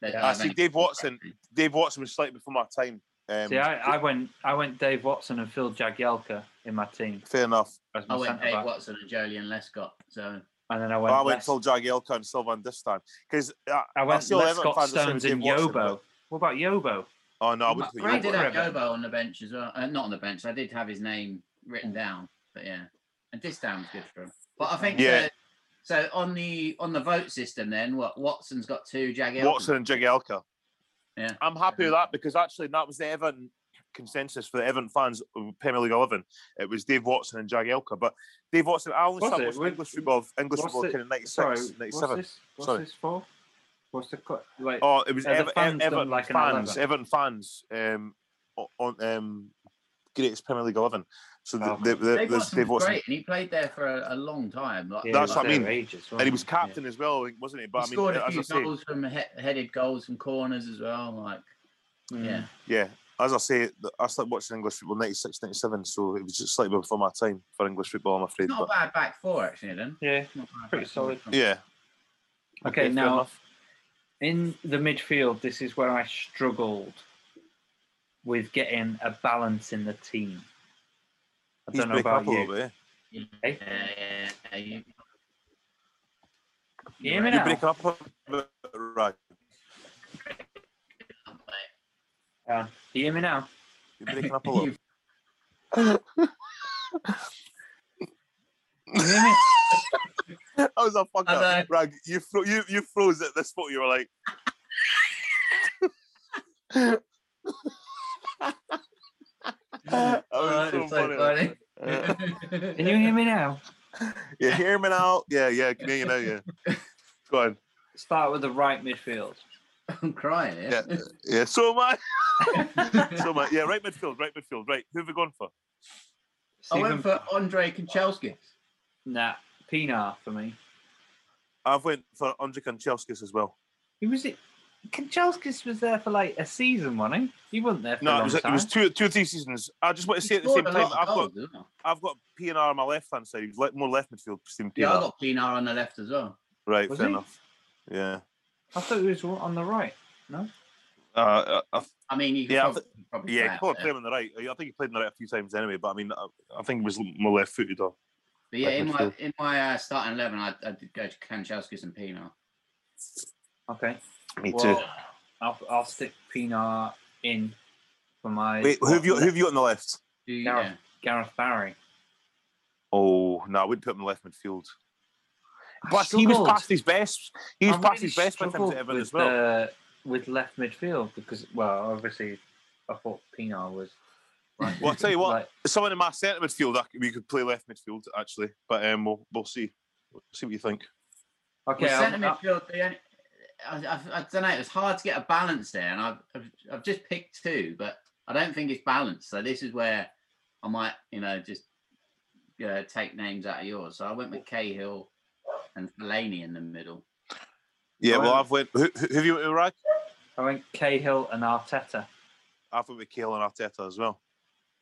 That-
I
uh,
see
that-
Dave Watson. Dave Watson was slightly before my time. Um,
See, I, I went I went Dave Watson and Phil Jagielka in my team
fair enough.
as my
I went
centre
Dave
back,
Watson and Jolien Lescott. So
and then I
But
went.
I went
Les-
Phil Jagielka and Sylvan Distan uh, because I,
I went
see all Everton
Lescott,
fans are saying
Stones,
Dave
and
Watson,
Yobo.
but-
What about Yobo?
oh no, I wouldn't.
But
put
I
Yobo
did
in.
have
Ribbon.
Gobo on the bench as well. Uh, not on the bench. I did have his name
Mm.
written down, but yeah. And Distan was good for him. But I think
Yeah.
uh, so on the on the vote system then what Watson's got two, Jagielka.
Watson and Jagielka.
Yeah.
I'm happy with that because actually that was the Everton consensus for the Everton fans of Premier League Eleven. It was Dave Watson and Jagielka, but Dave Watson. I only
Was
started
it?
watching
Wait,
English football, English
what's
football,
the-
kind of
Sorry,
96,
what's
97.
this? What's
Sorry.
this for? What's the cut? Like,
Oh, it was
As a
Ever-
fan, don't
Everton
like an
fans.
11.
Everton fans um, o- on um, greatest Premier League Eleven. So the,
Oh.
the, the,
Dave
the-
Watson
Dave
was
Watson,
great, and he played there for a, a long time. Like,
yeah,
that's
he
what I
was
mean.
there Ages,
and he was
wasn't Yeah.
captain as well, I think, wasn't he? But
he
I mean,
scored a
as I
few
say,
goals from he- headed goals from corners as well. Like,
Mm.
yeah,
yeah, as I say, th- I started watching English football 96, 97, so it was just slightly before my time for English football, I'm afraid.
not a
But
bad back four actually. Then
Yeah.
Not a bad
Pretty
back four.
yeah,
Okay,
fair
now
enough.
in the midfield, this is where I struggled with getting a balance in the team. I
he's
don't know
breaking
about
up a
you.
little bit. eh?
Hey,
Yeah, yeah, yeah, you-
you hear me
You're
now?
breaking up a little bit, right?
Yeah. You hear me now?
You're breaking up a little.
You've-
You hear me?
that was a fuck
Hello.
up. Rag, you, fro- you you froze at this point. You were like, that was
Oh,
so
it's so
funny.
funny.
Uh,
Uh, Can you hear me now?
You hear me now? Yeah, yeah, I can hear you now, yeah. Go on.
Start with the right midfield.
I'm crying. Yeah.
Yeah, so am I. So am I. Yeah, right midfield, right midfield, right. Who have we gone for?
I
Stephen,
went for Andre Kanchelskis.
nah, Pinar for me.
I've went for Andre Kanchelskis as well.
Who was it? Kanchelskis was there for like a season, wasn't he? He wasn't there for a
No,
long
it was, it
time.
was two, two or three seasons. I just want to say at the same
Scored a
time,
lot
I've
of
got
goals as well.
I've got PNR on my left hand side. He's like more left midfield than PNR.
Yeah, I got Pinar on the left as well.
right,
Was
fair
he?
enough. Yeah.
I thought he was on the right.
Uh, I, I,
I mean, you could
Yeah, I
probably, probably
yeah,
play
he
out
probably
there.
played on the right. I think he played on the right a few times anyway, but I mean, I, I think he was more left footed. or
But yeah, in my
midfield.
in my uh, starting eleven, I, I did go to Kanchelskis and Pinar.
Okay.
Me
Well, I'll, I'll stick Pinar in for my.
Wait, who have you who have you got on the left?
Do you,
Gareth. Gareth Barry.
Oh no, I wouldn't put him in left midfield. But
I
he was
struggled.
past his best. He was
I
past
really
his best by the time
struggled
to Everton
with,
as well.
uh, with left midfield because, well, obviously, I thought Pinar was.
Right.
Well, I'll tell you what,
like,
someone in my centre midfield, I c- we could play left midfield actually, but um, we'll, we'll see. We'll see what you think.
okay,
well, centre
I'll- I'll-
midfield. The only, I, I, I don't know. It was hard to get a balance there, and I've, I've I've just picked two, but I don't think it's balanced. So this is where I might, you know, just uh, take names out of yours. So I went with Cahill and Fellaini in the middle.
Yeah,
I
well,
went-
I've went. Who, who have you went with, Rag?
I went Cahill and Arteta.
I've went with Kale and Arteta as well.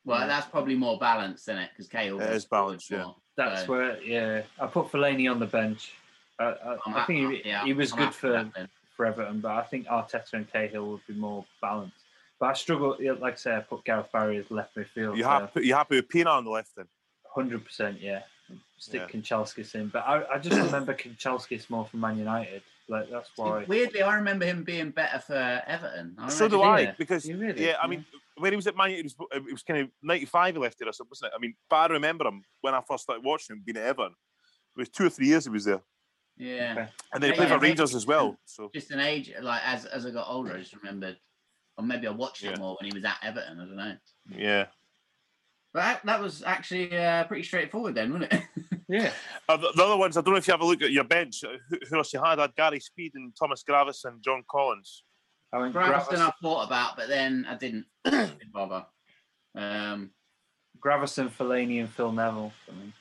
Well,
Yeah.
that's probably more balanced than it because Cahill.
It
goes
is
forward
balanced, yeah.
more. So,
That's where, yeah, I put Fellaini on the bench. I, I,
I'm
I
ha-
think he,
yeah,
he was
I'm
good
happy
for
with that then.
for Everton, but I think Arteta and Cahill would be more balanced. But I struggle, yeah, like I say, I put Gareth Barry as left midfield.
You happy? You happy with Pina on the left then?
Hundred percent, yeah. Stick
Yeah.
Kanchelskis in, but I, I just remember Kanchelskis more from Man United. Like that's why.
Weirdly, I remember him being better for Everton. I
So
remember-
do
did,
I,
yeah.
because
You really?
yeah, I mean, when he was at Man United, it was, it was kind of '95. He left it or something, wasn't it? I mean, but I remember him when I first started watching him being at Everton. It was two or three years he was there,
Yeah.
and then he
Yeah,
played
yeah,
for Rangers as well. So
just an age like as as I got older, I just remembered, or maybe I watched
Yeah.
it more when he was at Everton. I don't know.
yeah,
But that, that was actually uh, pretty straightforward then, wasn't it?
yeah,
Uh, the, the other ones. I don't know if you have a look at your bench. uh, Who, who else you had? I had Gary Speed and Thomas Gravis and John Collins.
I went
Gravison
Gravison,
I thought about, but then I didn't didn't bother. Um,
Gravison, Fellaini, and Phil Neville. For me.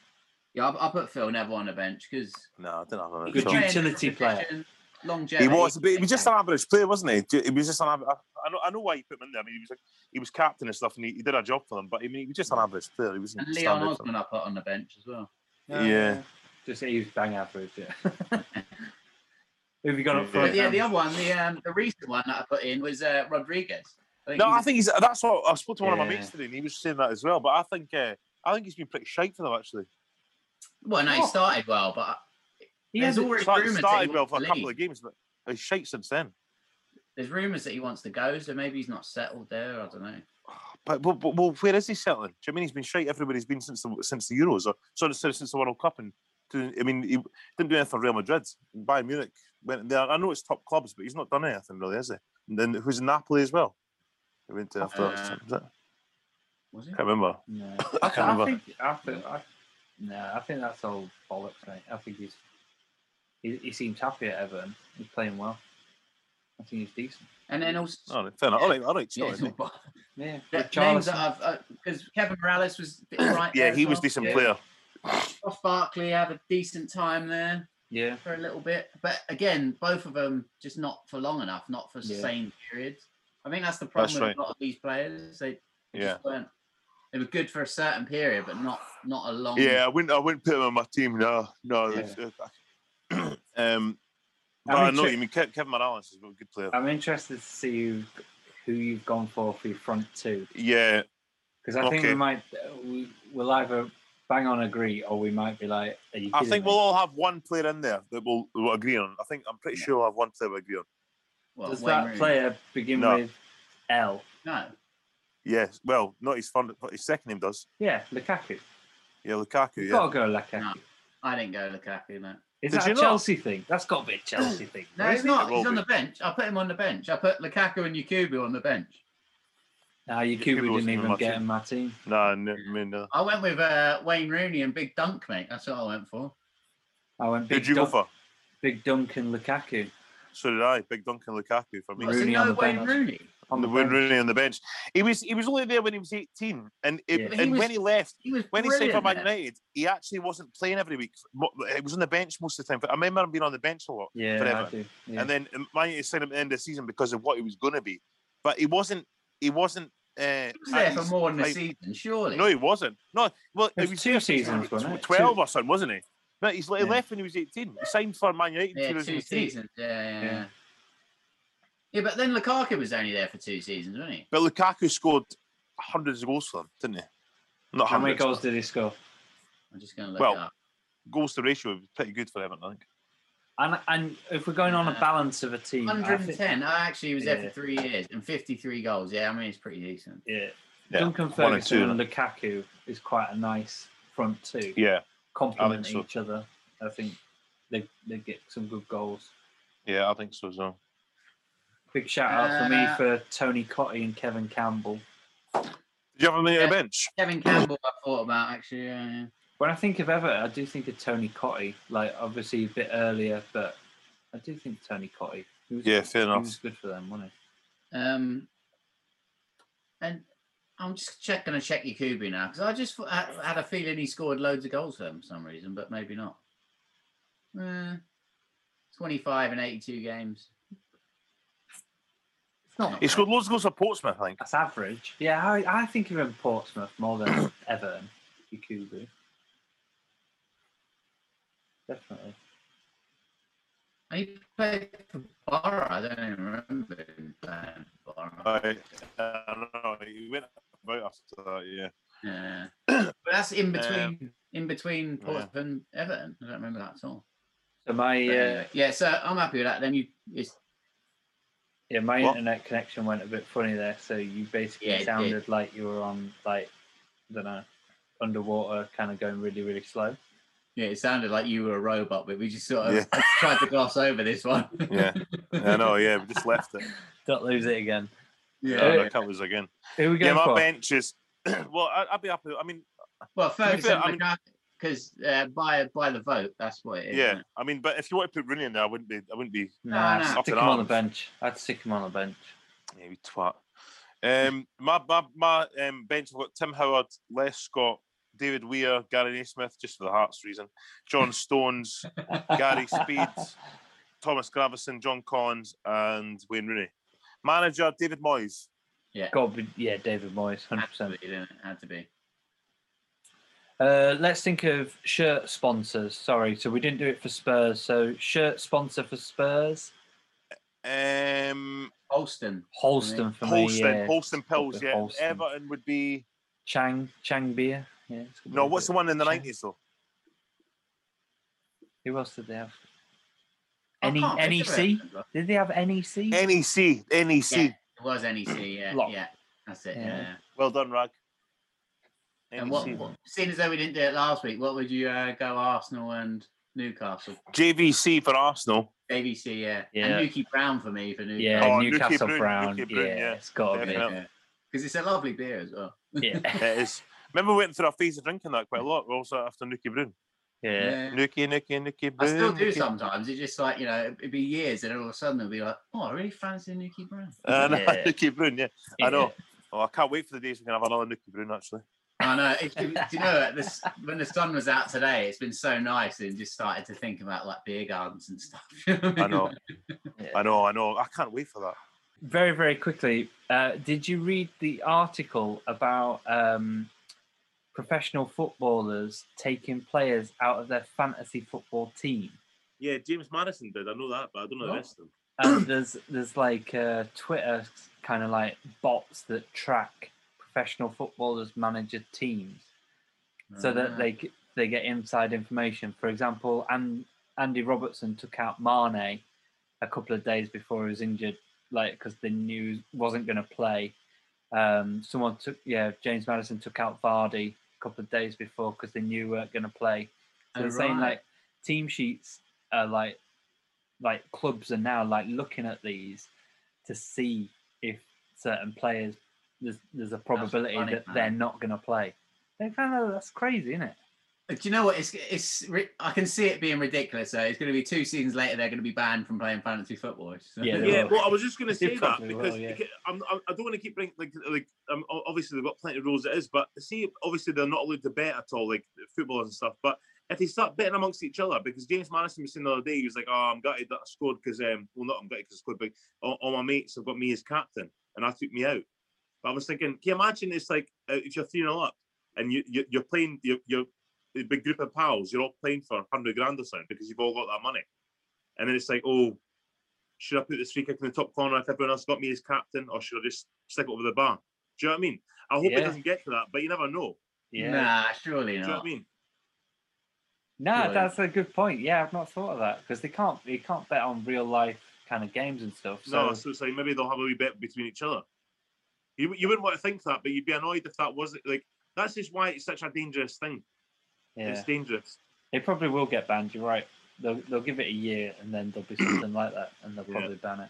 yeah, I, I put Phil Neville on the bench because
No, I didn't have him.
Good
at all.
you- utility player.
Longevity.
He was, but he was just an average player, wasn't he? Ju- He was just an average. I know, I know why you put him in there. I mean, he was like, he was captain and stuff, and he, he did a job for them. But I mean, he was just an average player. He was
and Leon Osman I put on the bench as well.
Yeah.
just he was bang average. Yeah. Who have you got up
Yeah.
for?
But yeah, the other one, the um, the recent one that I put in was uh, Rodriguez.
No,
he's-
I think he's. That's what I spoke to one of my
Yeah.
mates today, and he was saying that as well. But I think, uh, I think he's been pretty shite for them actually.
well, no, he started well, but
He
there's
has
already
Start-
rumours that he
started well
wants
for a
to leave.
couple of games, but he's shite since then.
There's rumours that he wants to go, so maybe he's not settled there. I don't know.
But, but, but, well, where is he settling? Do you mean he's been shite everywhere he's been since the since the Euros or sorry, since since the World Cup? And to, I mean, he didn't do anything for Real Madrid. Bayern Munich went there. I know it's top clubs, but he's not done anything really, has he? And then who's in Napoli as well? He went to after
Uh,
that. Was it?
Was
I
it?
can't remember.
No.
I
I,
can't
I
remember.
think I think I, no, I think that's all bollocks, mate. I think he's he, he seems happy at Everton. He's playing well. I think he's decent.
And then also,
All right, fair enough. All right, all right,
yeah,
chill,
it's
Oh, isn't
all
it?
bo-
Yeah,
the names that I've because Kevin Morales was d- right.
yeah,
there
he
as
was
well.
decent
yeah.
player.
Ross Barkley had a decent time there
yeah.
for a little bit, but again, both of them just not for long enough, not for
Yeah.
sustained periods. I think that's the problem
That's
with
right.
a lot of these players. They, they
Yeah.
just weren't. They were good for a certain period, but not not a long.
Yeah, I wouldn't. I wouldn't put him on my team. No, no.
Yeah.
it's- uh, um, but
I'm
I know
inter-
you mean Uh, Ke- Kevin Morales is a good player.
I'm interested to see you, who you've gone for for your front two
yeah,
because I think we
Okay.
might we, we'll either bang on agree or we might be like. Are you
I
kidding
think
me?
we'll all have one player in there that we'll, we'll agree on. I think I'm pretty sure we'll have one player we agree on.
Well,
Does
Wayne
that
Rooney.
player begin
No.
with L?
No.
Yes. Well, not his fun, but his second name does.
Yeah, Lukaku.
Yeah, Lukaku.
You've
Yeah.
got to go Lukaku.
No. I didn't go Lukaku. No.
Is
Did
that a
you not?
Chelsea thing? That's got to be a Chelsea thing.
No,
Well,
he's
isn't he?
not.
It will
He's on
be.
the bench. I put him on the bench. I put Lukaku and Yakubu on the bench.
No,
Yakubu
Yakubu didn't
wasn't in
even
my
get
team.
in my team.
Nah, no, I mean, no.
I went with uh, Wayne Rooney and Big Dunk, mate. That's what I went for.
I went
Who'd
big,
you go
Dunk-
for?
big Duncan Lukaku.
So did I. Big Duncan Lukaku for me.
What's
Rooney
he
on
know
the
Wayne
bench.
Rooney?
On
the
the
Wayne
bench.
Rooney on the bench. He was he was only there when he was 18, and it,
Yeah.
But he
and
was
when he left,
He was
when he signed for Man
brilliant there.
United, he actually wasn't playing every week. Mo- He was on the bench most of the time. I remember him being on the bench a lot.
Yeah, I
Forever.
do. Yeah.
and then um, Man United signed him at the end of the season because of what he was going to be. But he wasn't. He wasn't. Uh,
He
at
was there for
his
more than a
prime-
season, surely.
No, he wasn't. No, well,
It was two
there since he
seasons,
was
wasn't it?
Twelve
Two-
or something, wasn't he? No, he's, he
Yeah.
left when he was eighteen. He signed for Man United. in
yeah, two
2018.
seasons. Yeah, yeah,
Yeah.
yeah. Yeah, but then Lukaku was only there for two seasons, wasn't he?
But Lukaku scored hundreds of goals for them, didn't he? Not
How many
hundreds,
goals did he score?
I'm just going to look
Well,
it up.
but Goals to ratio would be pretty good for Everton, I think.
And and if we're going on a
Uh,
balance of a team, I think-
110. I actually was there
Yeah.
for three years and 53 goals. Yeah, I mean, it's pretty decent.
yeah,
Yeah,
Duncan
one and
Ferguson
two,
and Lukaku is quite a nice front two,
Yeah,
complement
so.
each other. I think they they get some good goals.
yeah, I think so as well.
Big shout out for me
Uh,
for Tony Cotty and Kevin Campbell.
Did you have a minute on
Yeah.
the bench?
Kevin Campbell, I thought about actually. Yeah, yeah.
When I think of Everton, I do think of Tony Cotty. Like obviously a bit earlier, but I do think Tony Cotty. He was,
Yeah, fair
he
enough.
was good for them, wasn't he?
Um, and I'm just check, going to check Yakubi now because I just thought- I had a Eh, feeling he scored loads of goals for them for some reason, but maybe not. Uh, it's 25 and 82 games. It's not.
He scored loads of goals for Portsmouth, I think.
That's average. Yeah, I, I think you're in Portsmouth more than Everton, Ikubu. Definitely.
He played for Borough. I don't even remember him playing for Borough.
I, I don't know. He went about after that, yeah.
Yeah. Eh, but that's in between, in between
Um, yeah.
Portsmouth and Everton. I don't remember that at all.
So my
But
uh,
anyway, yeah. So I'm happy with that. Then you, it's,
yeah, my
What?
internet connection went a bit funny there. So you basically
Yeah, it did.
sounded like you were on like I don't know underwater, kind of going really really slow.
yeah, it sounded like you were a robot, but we just sort of
Yeah.
tried to gloss over this one.
Yeah. I know, yeah. We just left it.
Don't lose it again.
yeah.
No, I can't lose again.
Who are we
Yeah,
going
my
for?
bench is. well, I, I'd be happy. I mean,
Well,
fair,
Ferguson,
I mean-
because uh, by by the vote, that's what it is.
yeah.
isn't it?
I mean, but if you want to put Rooney in there, I wouldn't be. I wouldn't be.
Nah,
No, no.
stick him on the bench. I'd stick him on the bench.
Yeah, you twat. Um, my my, my um, bench. I've got Tim Howard, Les Scott, David Weir, Gary Naismith, just for the Hearts reason. John Stones, Gary Speeds, Thomas Gravison, John Collins, and Wayne Rooney. Manager David Moyes.
God, but yeah, David Moyes, hundred percent.
Absolutely, didn't it? Had to be.
Uh, let's think of shirt sponsors. Sorry, so we didn't do it for Spurs. So shirt sponsor for Spurs,
Um,
Holston.
Holston for me.
Holston,
Yeah.
Holston Pills.
Probably
Yeah,
Holston.
Everton would be.
Chang, Chang beer. Yeah. it's gotta be
No,
a
what's the
bit-
one in the
Chang.
nineties though?
Who else did they have?
I
Any
can't think of
NEC?
it.
Did they have E NEC?
NEC, NEC.
Yeah, it was NEC. Yeah,
Lock.
yeah, that's it.
Yeah.
Yeah.
Well done, Rag. E
And what,
NEC.
what, seeing as though we didn't do it last week, what would you uh, go Arsenal and Newcastle?
JVC for Arsenal.
BBC, yeah,
Yeah.
and Nuki Brown for me for Newcastle.
Yeah,
Oh, Nuki
Newcastle
Brown,
Brown.
Nuki Brown,
yeah,
yeah,
it's got to be.
definitely.
because it's a lovely beer as well.
Yeah,
It is. Remember, we went through a phase of drinking that quite a lot. We also after Nuki Broom.
yeah.
Nuki, Nuki, Nuki Broom.
I still do
Nuki-
sometimes. It's just like you know, it'd be years, and all of a sudden it'll be like, oh, I really fancy Nuki Brown.
Uh, no,
Yeah.
Nuki Broom, yeah.
yeah.
I know. Oh, I can't wait for the days we can have another Nuki Broom, actually.
I know. It, it, do you know what, this, when the sun was out today? It's been so nice, and just started to think about like beer gardens and stuff.
I know.
Yeah.
I know, I know. I can't wait for that.
Very, very quickly. Uh, did you read the article about um, professional footballers taking players out of their fantasy football team?
Yeah, James Madison did. I know that, but I don't
know the
of
rest
them.
and Um, there's there's like uh, Twitter kind of like bots that track professional footballers manager teams so that they g- they get inside information. For example, and Andy Robertson took out Mane a couple of days before he was injured, like because they knew he wasn't going to play. Um, someone took yeah James Madison took out Vardy a couple of days before because they knew weren't going to play.
Uh,
So they're saying like team sheets are like like clubs are now like looking at these to see if certain players there's there's a probability
funny,
that they're
man.
not going to play. They found out that's crazy, isn't it?
Uh, Do you know what? It's it's. ri- I can see it being ridiculous. So it's going to be two seasons later. They're going to be banned from playing fantasy football. So.
Yeah, they
Yeah,
will.
well, I was just going to
They
say that
probably will,
because
yeah.
because I'm, I I don't want to keep bringing like like um, o- obviously they've got plenty of rules it is, but see, obviously they're not allowed to bet at all, like footballers and stuff. But if they start betting amongst each other, because James Madison was saying the other day, he was like, "Oh, I'm gutted that I scored because um, well, not I'm gutted because I scored, but all, all my mates have got me as captain, and I took me out." But I was thinking, can you imagine it's like uh, if you're three 0 up and you, you you're playing you're, you're a big group of pals, you're all playing for hundred grand or something because you've all got that money, and then it's like, oh, should I put this free kick in the top corner if everyone else got me as captain, or should I just stick it over the bar? Do you know what I mean? I hope
Yeah.
it doesn't get to that, but you never know.
Nah, surely
Do you know what
not.
I mean?
No,
Right.
that's a good point. Yeah, I've not thought of that because they can't they can't bet on real life kind of games and stuff. So
no, so it's like maybe they'll have a wee bet between each other. You, you wouldn't want to think that, but you'd be annoyed if that wasn't like. That's just why it's such a dangerous thing.
yeah,
It's dangerous.
they probably will get banned. You're right. They'll they'll give it a year and then there'll be something like that and they'll
Yeah.
probably ban it.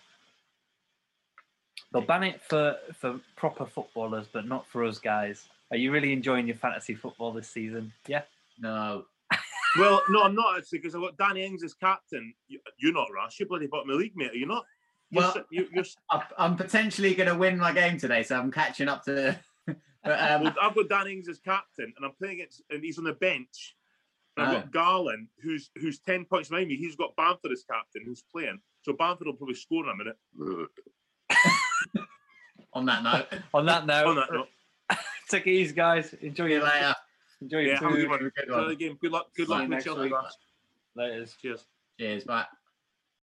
They'll ban it for for proper footballers, but not for us guys. Are you really enjoying your fantasy football this season? Yeah.
No.
Well, no, I'm not actually because I've got Danny Ings as captain. You, you're not rash. You're bloody bottom of the league, mate. Are you not? You're,
Well-
s- you, you're, s-
I, I'm potentially going to win my game today, so I'm catching up to. but um,
well, I've got Dan Ings as captain, and I'm playing it, and he's on the bench, And I've
No.
got Garland, who's who's ten points behind me. He's got Bamford as captain, who's playing. So Bamford will probably score in a minute.
On that note,
Oh, On that note,
On that note,
take it easy, guys. Enjoy
see you
your
later.
enjoy
yeah,
your
have a
food.
good one.
Have a good
Enjoy
one.
the game. Good luck. Good
See you
luck with
next
Chelsea.
week.
lads.
Laters.
Cheers.
Cheers, bye.